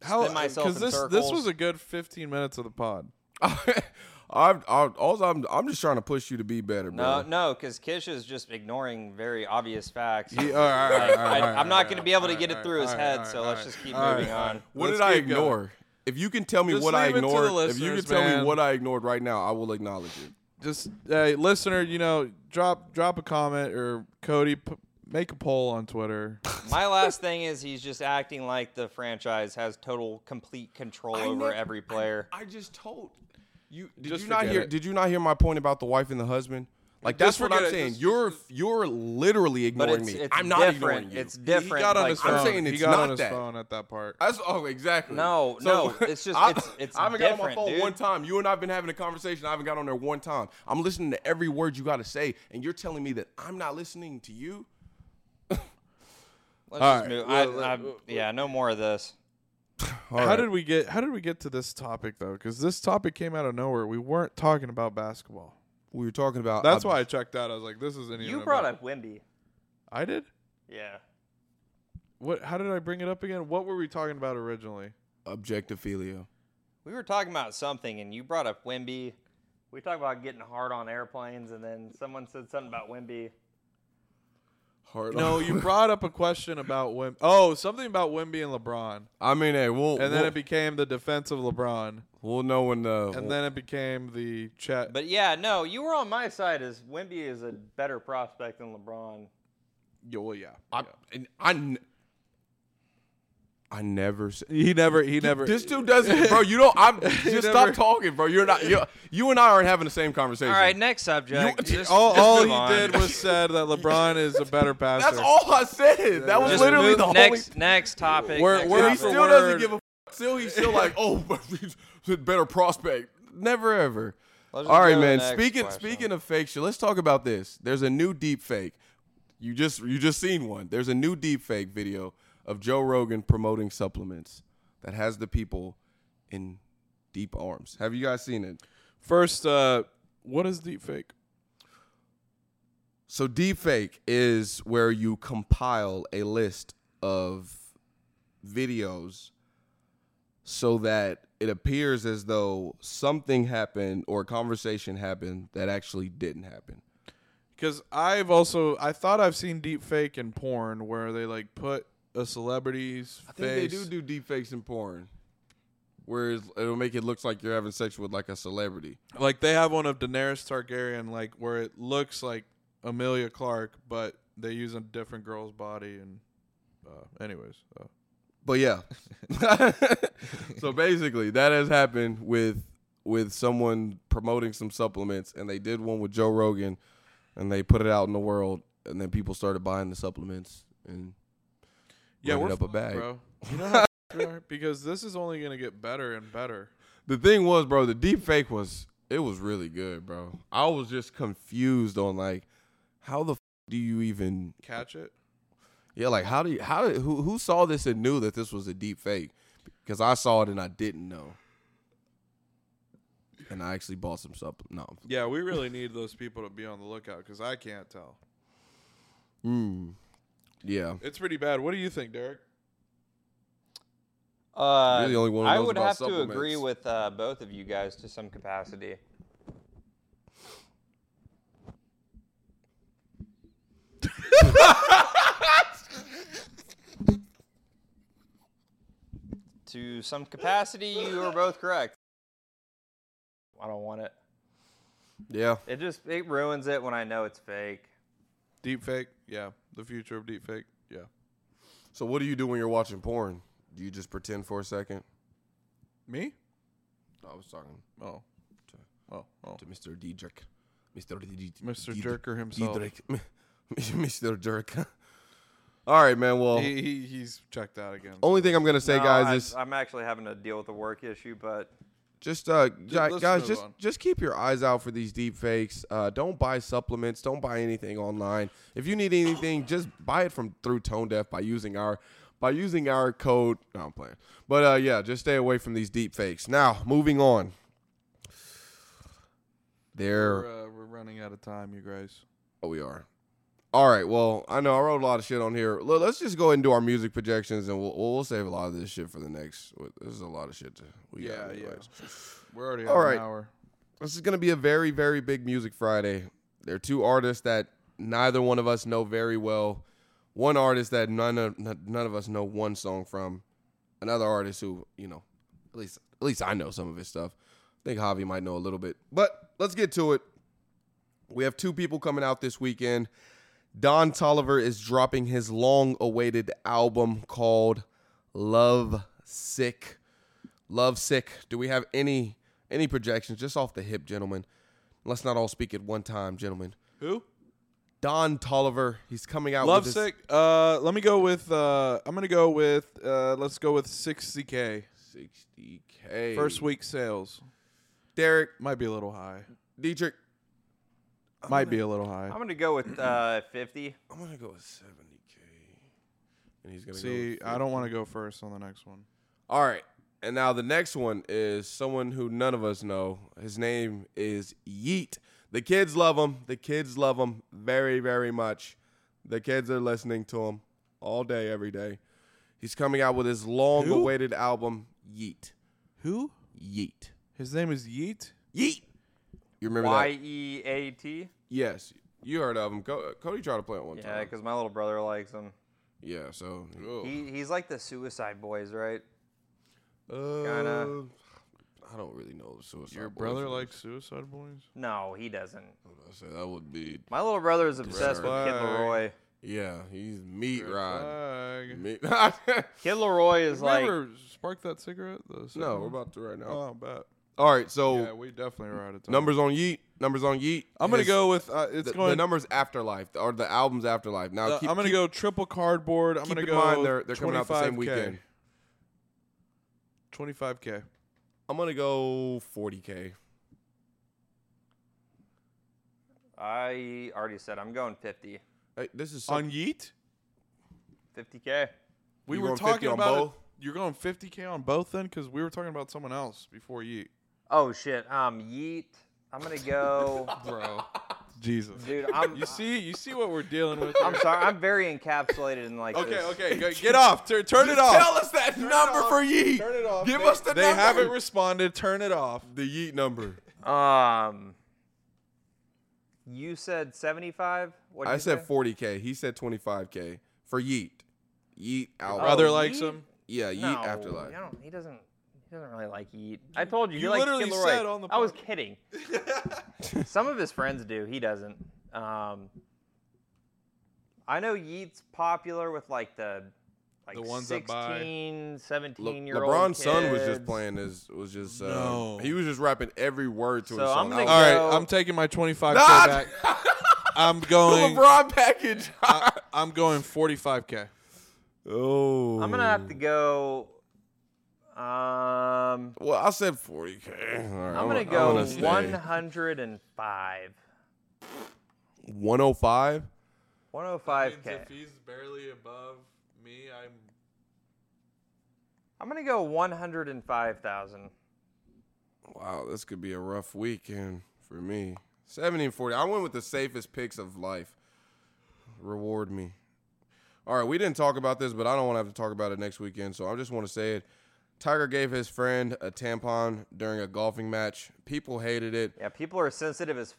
Speaker 2: How? uh,
Speaker 3: Spin myself in
Speaker 2: this this
Speaker 3: circles.
Speaker 2: was a good 15 minutes of the pod.
Speaker 1: I'm, I'm, also, I'm, I'm just trying to push you to be better,
Speaker 3: No,
Speaker 1: bro.
Speaker 3: no, because Kish is just ignoring very obvious facts.
Speaker 2: He- all right, all right, all right,
Speaker 3: I,
Speaker 2: all right,
Speaker 3: I'm
Speaker 2: all
Speaker 3: not
Speaker 2: right,
Speaker 3: going to be able to
Speaker 2: all
Speaker 3: get
Speaker 2: right,
Speaker 3: it through his
Speaker 2: all right,
Speaker 3: head,
Speaker 2: all
Speaker 3: so
Speaker 2: right,
Speaker 3: let's
Speaker 2: all
Speaker 3: just keep
Speaker 2: right, all
Speaker 3: moving
Speaker 2: right.
Speaker 3: on.
Speaker 1: What
Speaker 2: Let's
Speaker 1: did I
Speaker 2: keep going.
Speaker 1: ignore? If you can tell me
Speaker 2: Just
Speaker 1: what I
Speaker 2: leave it to the
Speaker 1: ignored, if you can
Speaker 2: listeners,
Speaker 1: tell me
Speaker 2: man.
Speaker 1: what I ignored right now, I will acknowledge it.
Speaker 2: Just hey, listener, you know, drop drop a comment or Cody p- make a poll on Twitter.
Speaker 3: My last thing is he's just acting like the franchise has total, complete control
Speaker 1: I
Speaker 3: over
Speaker 1: nev-
Speaker 3: every player.
Speaker 1: I just told you. Did
Speaker 2: Just
Speaker 1: you not
Speaker 2: forget
Speaker 1: hear?
Speaker 2: it.
Speaker 1: Did you not hear my point about the wife and the husband? Like that's
Speaker 2: Just
Speaker 1: what I'm
Speaker 2: forget it.
Speaker 1: saying.
Speaker 2: Just-
Speaker 1: You're you're literally
Speaker 3: but
Speaker 1: ignoring
Speaker 3: it's,
Speaker 1: me.
Speaker 3: it's
Speaker 1: I'm not
Speaker 3: different.
Speaker 1: ignoring you.
Speaker 3: It's different.
Speaker 2: He got on
Speaker 3: like,
Speaker 2: his
Speaker 1: I'm
Speaker 2: phone.
Speaker 1: saying it's
Speaker 2: he got
Speaker 1: not
Speaker 2: on his
Speaker 1: that.
Speaker 2: phone at that part.
Speaker 1: That's oh exactly.
Speaker 3: No, no, it's just- it's- it's
Speaker 1: I haven't got on my
Speaker 3: different,
Speaker 1: phone
Speaker 3: dude.
Speaker 1: one time. You and I've been having a conversation. I haven't got on there one time. I'm listening to every word you got to say, and you're telling me that I'm not listening to you.
Speaker 3: Let's
Speaker 2: All
Speaker 3: just
Speaker 2: right.
Speaker 3: move.
Speaker 2: Well,
Speaker 3: I, I,
Speaker 2: let-
Speaker 3: yeah, no more of this.
Speaker 2: how did we get how did we get to this topic though? Because this topic came out of nowhere. We weren't talking about basketball.
Speaker 1: we were talking about?
Speaker 2: That's why I checked out. I was like, this isn't even.
Speaker 3: You brought
Speaker 2: about-
Speaker 3: up Wimby.
Speaker 2: I did.
Speaker 3: Yeah.
Speaker 2: What? How did I bring it up again? What were we talking about originally?
Speaker 1: objectophilia.
Speaker 3: We were talking about something, and you brought up Wimby. We talked about getting hard on airplanes, and then someone said something about Wimby.
Speaker 1: Hard
Speaker 2: No, you brought up a question about Wim. Oh, something about Wimby and LeBron,
Speaker 1: I mean, hey, we'll
Speaker 2: and then
Speaker 1: we'll,
Speaker 2: it became the defense of LeBron,
Speaker 1: we'll know when. Uh,
Speaker 2: and then it became the chat.
Speaker 3: But yeah, no, you were on my side. As Wimby is a better prospect than LeBron.
Speaker 2: Yeah, well, oh, yeah.
Speaker 1: I, and I, n- I never. s-
Speaker 2: He never. He never.
Speaker 1: This dude doesn't, bro. You don't. I'm just
Speaker 2: never-
Speaker 1: stop talking, bro. You're not. You're, you and I aren't having the same conversation.
Speaker 3: All right, next subject.
Speaker 1: You-
Speaker 3: Just-
Speaker 2: all
Speaker 3: just
Speaker 2: all
Speaker 3: move
Speaker 2: he
Speaker 3: on.
Speaker 2: did was said that LeBron is a better passer.
Speaker 1: That's all I said. That was
Speaker 3: Just
Speaker 1: literally
Speaker 3: move-
Speaker 1: the
Speaker 3: next next topic.
Speaker 2: We're-
Speaker 3: next
Speaker 1: whole.
Speaker 2: we're-
Speaker 1: And he
Speaker 3: topic.
Speaker 1: still
Speaker 2: word.
Speaker 1: doesn't give a. F- still, he's still like, oh, he's a better prospect. Never ever.
Speaker 3: Let's just
Speaker 1: All
Speaker 3: go
Speaker 1: right,
Speaker 3: to the
Speaker 1: man.
Speaker 3: next
Speaker 1: Speaking
Speaker 3: question.
Speaker 1: speaking of fake shit, let's talk about this. There's a new deep fake. You just you just seen one. There's a new deep fake video of Joe Rogan promoting supplements that has the people in deep arms. Have you guys seen it?
Speaker 2: First, uh, what is deep fake?
Speaker 1: So deepfake is where you compile a list of videos so that it appears as though something happened or a conversation happened that actually didn't happen.
Speaker 2: Because I've also I thought I've seen deep fake in porn where they like put a celebrity's
Speaker 1: I think
Speaker 2: face.
Speaker 1: they do do deepfakes in porn. Whereas it'll make it look like you're having sex with like a celebrity.
Speaker 2: Like they have one of Daenerys Targaryen, like where it looks like Amelia Clark, but they use a different girl's body. And uh, anyways, uh,
Speaker 1: But yeah. so basically, that has happened with with someone promoting some supplements, and they did one with Joe Rogan, and they put it out in the world, and then people started buying the supplements and
Speaker 2: yeah,
Speaker 1: running
Speaker 2: we're
Speaker 1: up a
Speaker 2: fucked,
Speaker 1: bag.
Speaker 2: bro. You know how fucked we are? because this is only gonna get better and better.
Speaker 1: The thing was, bro, the deep fake was it was really good, bro. I was just confused on like how the f- do you even
Speaker 2: Catch it.
Speaker 1: yeah like how do you how did who who saw this and knew that this was a deep fake because I saw it and I didn't know. And I actually bought some supplements. No, I'm
Speaker 2: Yeah, we really need those people to be on the lookout because I can't tell.
Speaker 1: Mm. Yeah.
Speaker 2: It's pretty bad. What do you think, Derek?
Speaker 3: Uh,
Speaker 1: You're the only one who
Speaker 3: I
Speaker 1: knows
Speaker 3: would
Speaker 1: about
Speaker 3: have to agree
Speaker 1: supplements.
Speaker 3: with uh, both of you guys to some capacity. To some capacity, you were both correct. I don't want it.
Speaker 1: Yeah.
Speaker 3: It just it ruins it when I know it's fake.
Speaker 2: Deep fake, yeah. The future of deep fake, yeah.
Speaker 1: So what do you do when you're watching porn? Do you just pretend for a second?
Speaker 2: Me?
Speaker 1: I was talking
Speaker 2: Oh. Oh, oh.
Speaker 1: to Mr. Diedrich. Mr. Diedrich.
Speaker 2: Mr.
Speaker 1: Died-
Speaker 2: Jerker himself.
Speaker 1: Diedrich. Mr. Dirk. All right, man. Well,
Speaker 2: He, he, he's checked out again.
Speaker 1: only thing I'm gonna say,
Speaker 3: No,
Speaker 1: guys,
Speaker 3: I,
Speaker 1: is
Speaker 3: I'm actually having to deal with a work issue, but
Speaker 1: just uh, gi-
Speaker 2: let's
Speaker 1: guys,
Speaker 2: move
Speaker 1: just
Speaker 2: on.
Speaker 1: just keep your eyes out for these deep fakes. Uh, don't buy supplements. Don't buy anything online. If you need anything, just buy it from through Tone Deaf by using our by using our code. No, I'm playing. But uh, yeah, just stay away from these deep fakes. Now, moving on. There.
Speaker 2: We're, uh, we're running out of time, you guys.
Speaker 1: Oh, we are. All right. Well, I know I wrote a lot of shit on here. L- Let's just go ahead and do our music projections, and we'll we'll save a lot of this shit for the next. There's a lot of shit to. We
Speaker 2: Yeah,
Speaker 1: got
Speaker 2: yeah.
Speaker 1: anyways.
Speaker 2: We're already
Speaker 1: All
Speaker 2: out
Speaker 1: right.
Speaker 2: an hour.
Speaker 1: This is gonna be a very very big music Friday. There are two artists that neither one of us know very well. One artist that none of n- none of us know one song from. Another artist who you know, at least at least I know some of his stuff. I think Javi might know a little bit, but let's get to it. We have two people coming out this weekend. Don Tolliver is dropping his long awaited album called Love Sick. Love Sick. Do we have any any projections just off the hip, gentlemen? Let's not all speak at one time, gentlemen.
Speaker 2: Who?
Speaker 1: Don Tolliver, he's coming out with his-
Speaker 2: Lovesick. Uh, let me go with. Uh, I'm gonna go with. Uh, let's go with 60k
Speaker 1: 60k.
Speaker 2: first week sales.
Speaker 1: Derek
Speaker 2: Might be a little high.
Speaker 1: Dietrich.
Speaker 2: Might be a little high.
Speaker 3: I'm gonna go with uh, 50.
Speaker 1: I'm gonna go with 70k, and he's gonna
Speaker 2: See,
Speaker 1: Go with
Speaker 2: I don't want to go first on the next one.
Speaker 1: All right. And now the next one is someone who none of us know. His name is Yeet. The kids love him. The kids love him very, very much. The kids are listening to him all day, every day. He's coming out with his long awaited album, Yeet.
Speaker 2: Who?
Speaker 1: Yeet.
Speaker 2: His name is Yeet.
Speaker 1: Yeet. You remember
Speaker 3: Y
Speaker 1: that?
Speaker 3: e a t.
Speaker 1: Yes. You heard of him. Co- Cody tried to play it one
Speaker 3: Yeah,
Speaker 1: time.
Speaker 3: because my little brother likes him.
Speaker 1: Yeah, so. oh,
Speaker 3: He, he's like the Suicide Boys, right?
Speaker 1: Uh,
Speaker 3: Kinda.
Speaker 1: I don't really know. Suicide
Speaker 2: Your
Speaker 1: Boys
Speaker 2: brother
Speaker 1: was-
Speaker 2: likes Suicide Boys.
Speaker 3: No, he doesn't.
Speaker 1: I said that would be
Speaker 3: My little brother is obsessed with Kid
Speaker 2: Flag.
Speaker 3: Leroy.
Speaker 1: Yeah, he's meat rod.
Speaker 2: Flag.
Speaker 1: Meat.
Speaker 3: Kid Leroy is like
Speaker 2: Remember, spark that cigarette. The second
Speaker 1: no, we're
Speaker 2: one?
Speaker 1: about to right now.
Speaker 2: Oh, I bet.
Speaker 1: All right, so
Speaker 2: Yeah, we definitely are out of time.
Speaker 1: numbers on Yeet. Numbers on Yeet.
Speaker 2: I'm gonna
Speaker 1: His-
Speaker 2: go with. Uh, it's
Speaker 1: The,
Speaker 2: going.
Speaker 1: the numbers afterlife or the albums afterlife. Now
Speaker 2: Uh,
Speaker 1: keep,
Speaker 2: I'm gonna
Speaker 1: keep-
Speaker 2: go triple cardboard. I'm
Speaker 1: keep
Speaker 2: gonna
Speaker 1: in
Speaker 2: go.
Speaker 1: mind they're they're coming out the same weekend.
Speaker 2: 25k. 25K.
Speaker 1: I'm gonna go 40k.
Speaker 3: I already said I'm going 50.
Speaker 1: Hey, this is
Speaker 2: on
Speaker 1: some,
Speaker 2: Yeet.
Speaker 3: 50k.
Speaker 2: We
Speaker 1: You
Speaker 2: were
Speaker 1: going 50
Speaker 2: talking
Speaker 1: on
Speaker 2: about.
Speaker 1: both?
Speaker 2: it- You're going 50k on both then, because we were talking about someone else before Yeet,
Speaker 3: Oh shit. Um, Yeet. I'm gonna go,
Speaker 2: bro. Jesus.
Speaker 3: dude. I'm.
Speaker 2: You see, you see what we're dealing with.
Speaker 3: I'm
Speaker 2: here?
Speaker 3: sorry. I'm very encapsulated in like.
Speaker 2: Okay,
Speaker 3: this.
Speaker 2: okay, go- get off. Tur- turn it off.
Speaker 1: Tell us that number for Yeet.
Speaker 2: Turn it off.
Speaker 1: Give
Speaker 2: They-
Speaker 1: us the
Speaker 2: They
Speaker 1: number.
Speaker 2: haven't responded. Turn it off.
Speaker 1: the Yeet number.
Speaker 3: Um. You said 75. What
Speaker 1: I said 40k. He said 25k for Yeet. Yeet album.
Speaker 2: Brother
Speaker 3: Oh,
Speaker 2: likes
Speaker 3: Yeet?
Speaker 2: him.
Speaker 1: yeah, Yeet
Speaker 3: no,
Speaker 1: afterlife.
Speaker 3: I don't, he doesn't. He doesn't really like Yeet. I told you.
Speaker 2: You
Speaker 3: he likes
Speaker 2: literally
Speaker 3: Kid Leroy.
Speaker 2: said on the
Speaker 3: I was
Speaker 2: podcast.
Speaker 3: kidding. Some of his friends do. He doesn't. Um. I know Yeet's popular with like the. Like
Speaker 2: The ones that buy-
Speaker 3: 16,
Speaker 1: Le-
Speaker 3: 17 year old.
Speaker 1: LeBron's son was just
Speaker 3: kids.
Speaker 1: playing his was just uh,
Speaker 2: No.
Speaker 1: he was just rapping every word to
Speaker 3: So
Speaker 1: his song.
Speaker 3: I'm
Speaker 1: I
Speaker 3: gonna
Speaker 2: All
Speaker 1: was-
Speaker 2: right,
Speaker 3: No.
Speaker 2: I'm taking my 25k
Speaker 1: Nah.
Speaker 2: back. I'm
Speaker 1: The
Speaker 2: going.
Speaker 1: LeBron package.
Speaker 2: I, I'm going 45k.
Speaker 1: oh,
Speaker 3: I'm gonna have to go. Um,
Speaker 1: Well, I said 40k. All right,
Speaker 3: I'm gonna
Speaker 1: I'm
Speaker 3: go
Speaker 1: gonna stay.
Speaker 3: 105.
Speaker 1: 105.
Speaker 3: 105k.
Speaker 2: he's barely above me, I'm.
Speaker 3: I'm gonna go 105,000.
Speaker 1: Wow, this could be a rough weekend for me. 70 and 40. I went with the safest picks of life. Reward me. All right, we didn't talk about this, but I don't want to have to talk about it next weekend, so I just want to say it. Tiger gave his friend a tampon during a golfing match. People hated it.
Speaker 3: Yeah, people are sensitive as.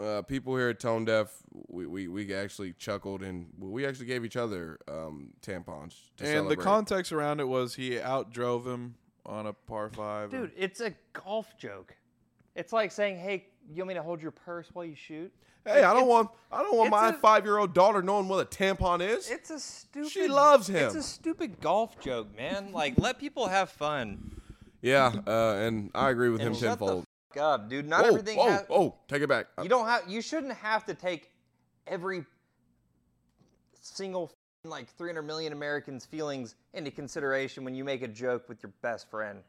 Speaker 1: uh, people here at Tone Deaf, we, we, we actually chuckled and we actually gave each other um, tampons. To
Speaker 2: and
Speaker 1: celebrate.
Speaker 2: the context around it was he outdrove him on a par five.
Speaker 3: Dude, it's a golf joke. It's like saying, "Hey, you want me to hold your purse while you shoot?"
Speaker 1: Hey, I don't want I don't want
Speaker 3: it's
Speaker 1: my
Speaker 3: a-
Speaker 1: five year old daughter knowing what a tampon is.
Speaker 3: It's a stupid.
Speaker 1: loves
Speaker 3: It's
Speaker 1: him.
Speaker 3: a stupid golf joke, man. Like, let people have fun.
Speaker 1: yeah, uh, and I agree with him
Speaker 3: And shut
Speaker 1: tenfold.
Speaker 3: the fuck up, dude. Not
Speaker 1: oh,
Speaker 3: everything.
Speaker 1: oh,
Speaker 3: ha-
Speaker 1: oh, take it back. Uh,
Speaker 3: You don't have. You shouldn't have to take every single f***ing, like 300 million Americans' feelings into consideration when you make a joke with your best friend.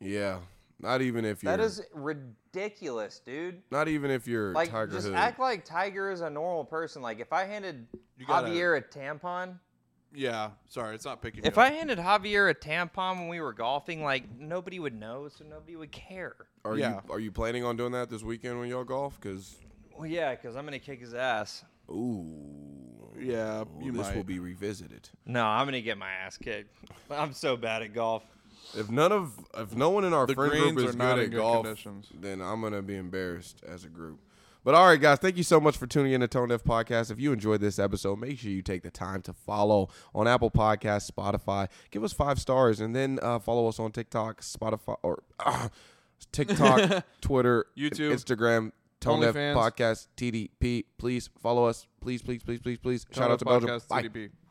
Speaker 1: yeah, not even if you're
Speaker 3: That is ridiculous, dude.
Speaker 1: not even if you're
Speaker 3: Like,
Speaker 1: Tiger
Speaker 3: just
Speaker 1: Hood.
Speaker 3: act like Tiger is a normal person. Like, if I handed
Speaker 2: You gotta-
Speaker 3: Javier a tampon,
Speaker 2: Yeah, sorry, it's not picking.
Speaker 3: if
Speaker 2: you
Speaker 3: I
Speaker 2: up.
Speaker 3: handed Javier a tampon when we were golfing, like nobody would know, so nobody would care.
Speaker 1: are
Speaker 2: yeah.
Speaker 1: you are you planning on doing that this weekend when y'all golf? Because
Speaker 3: Well, yeah, because I'm gonna kick his ass.
Speaker 1: ooh,
Speaker 2: yeah,
Speaker 1: ooh,
Speaker 2: you
Speaker 1: this
Speaker 2: might.
Speaker 1: will be revisited.
Speaker 3: No, I'm gonna get my ass kicked. I'm so bad at golf.
Speaker 1: If none of if no one in our
Speaker 2: The
Speaker 1: friend
Speaker 2: greens
Speaker 1: group
Speaker 2: are
Speaker 1: is
Speaker 2: not
Speaker 1: good
Speaker 2: in
Speaker 1: at
Speaker 2: good
Speaker 1: golf,
Speaker 2: conditions.
Speaker 1: then I'm gonna be embarrassed as a group. But all right, guys, thank you so much for tuning in to Tone Deaf Podcast. If you enjoyed this episode, make sure you take the time to follow on Apple Podcasts, Spotify. Give us five stars, and then uh, follow us on TikTok, Spotify, or uh, TikTok, Twitter,
Speaker 2: YouTube.
Speaker 1: Instagram. Tone Deaf
Speaker 2: OnlyFans.
Speaker 1: Podcast, TDP. Please follow us. Please, please, please, please, please.
Speaker 2: Tone
Speaker 1: Shout out
Speaker 2: Deaf
Speaker 1: to Belgium.
Speaker 2: Podcast,
Speaker 1: Bye.
Speaker 2: TDP.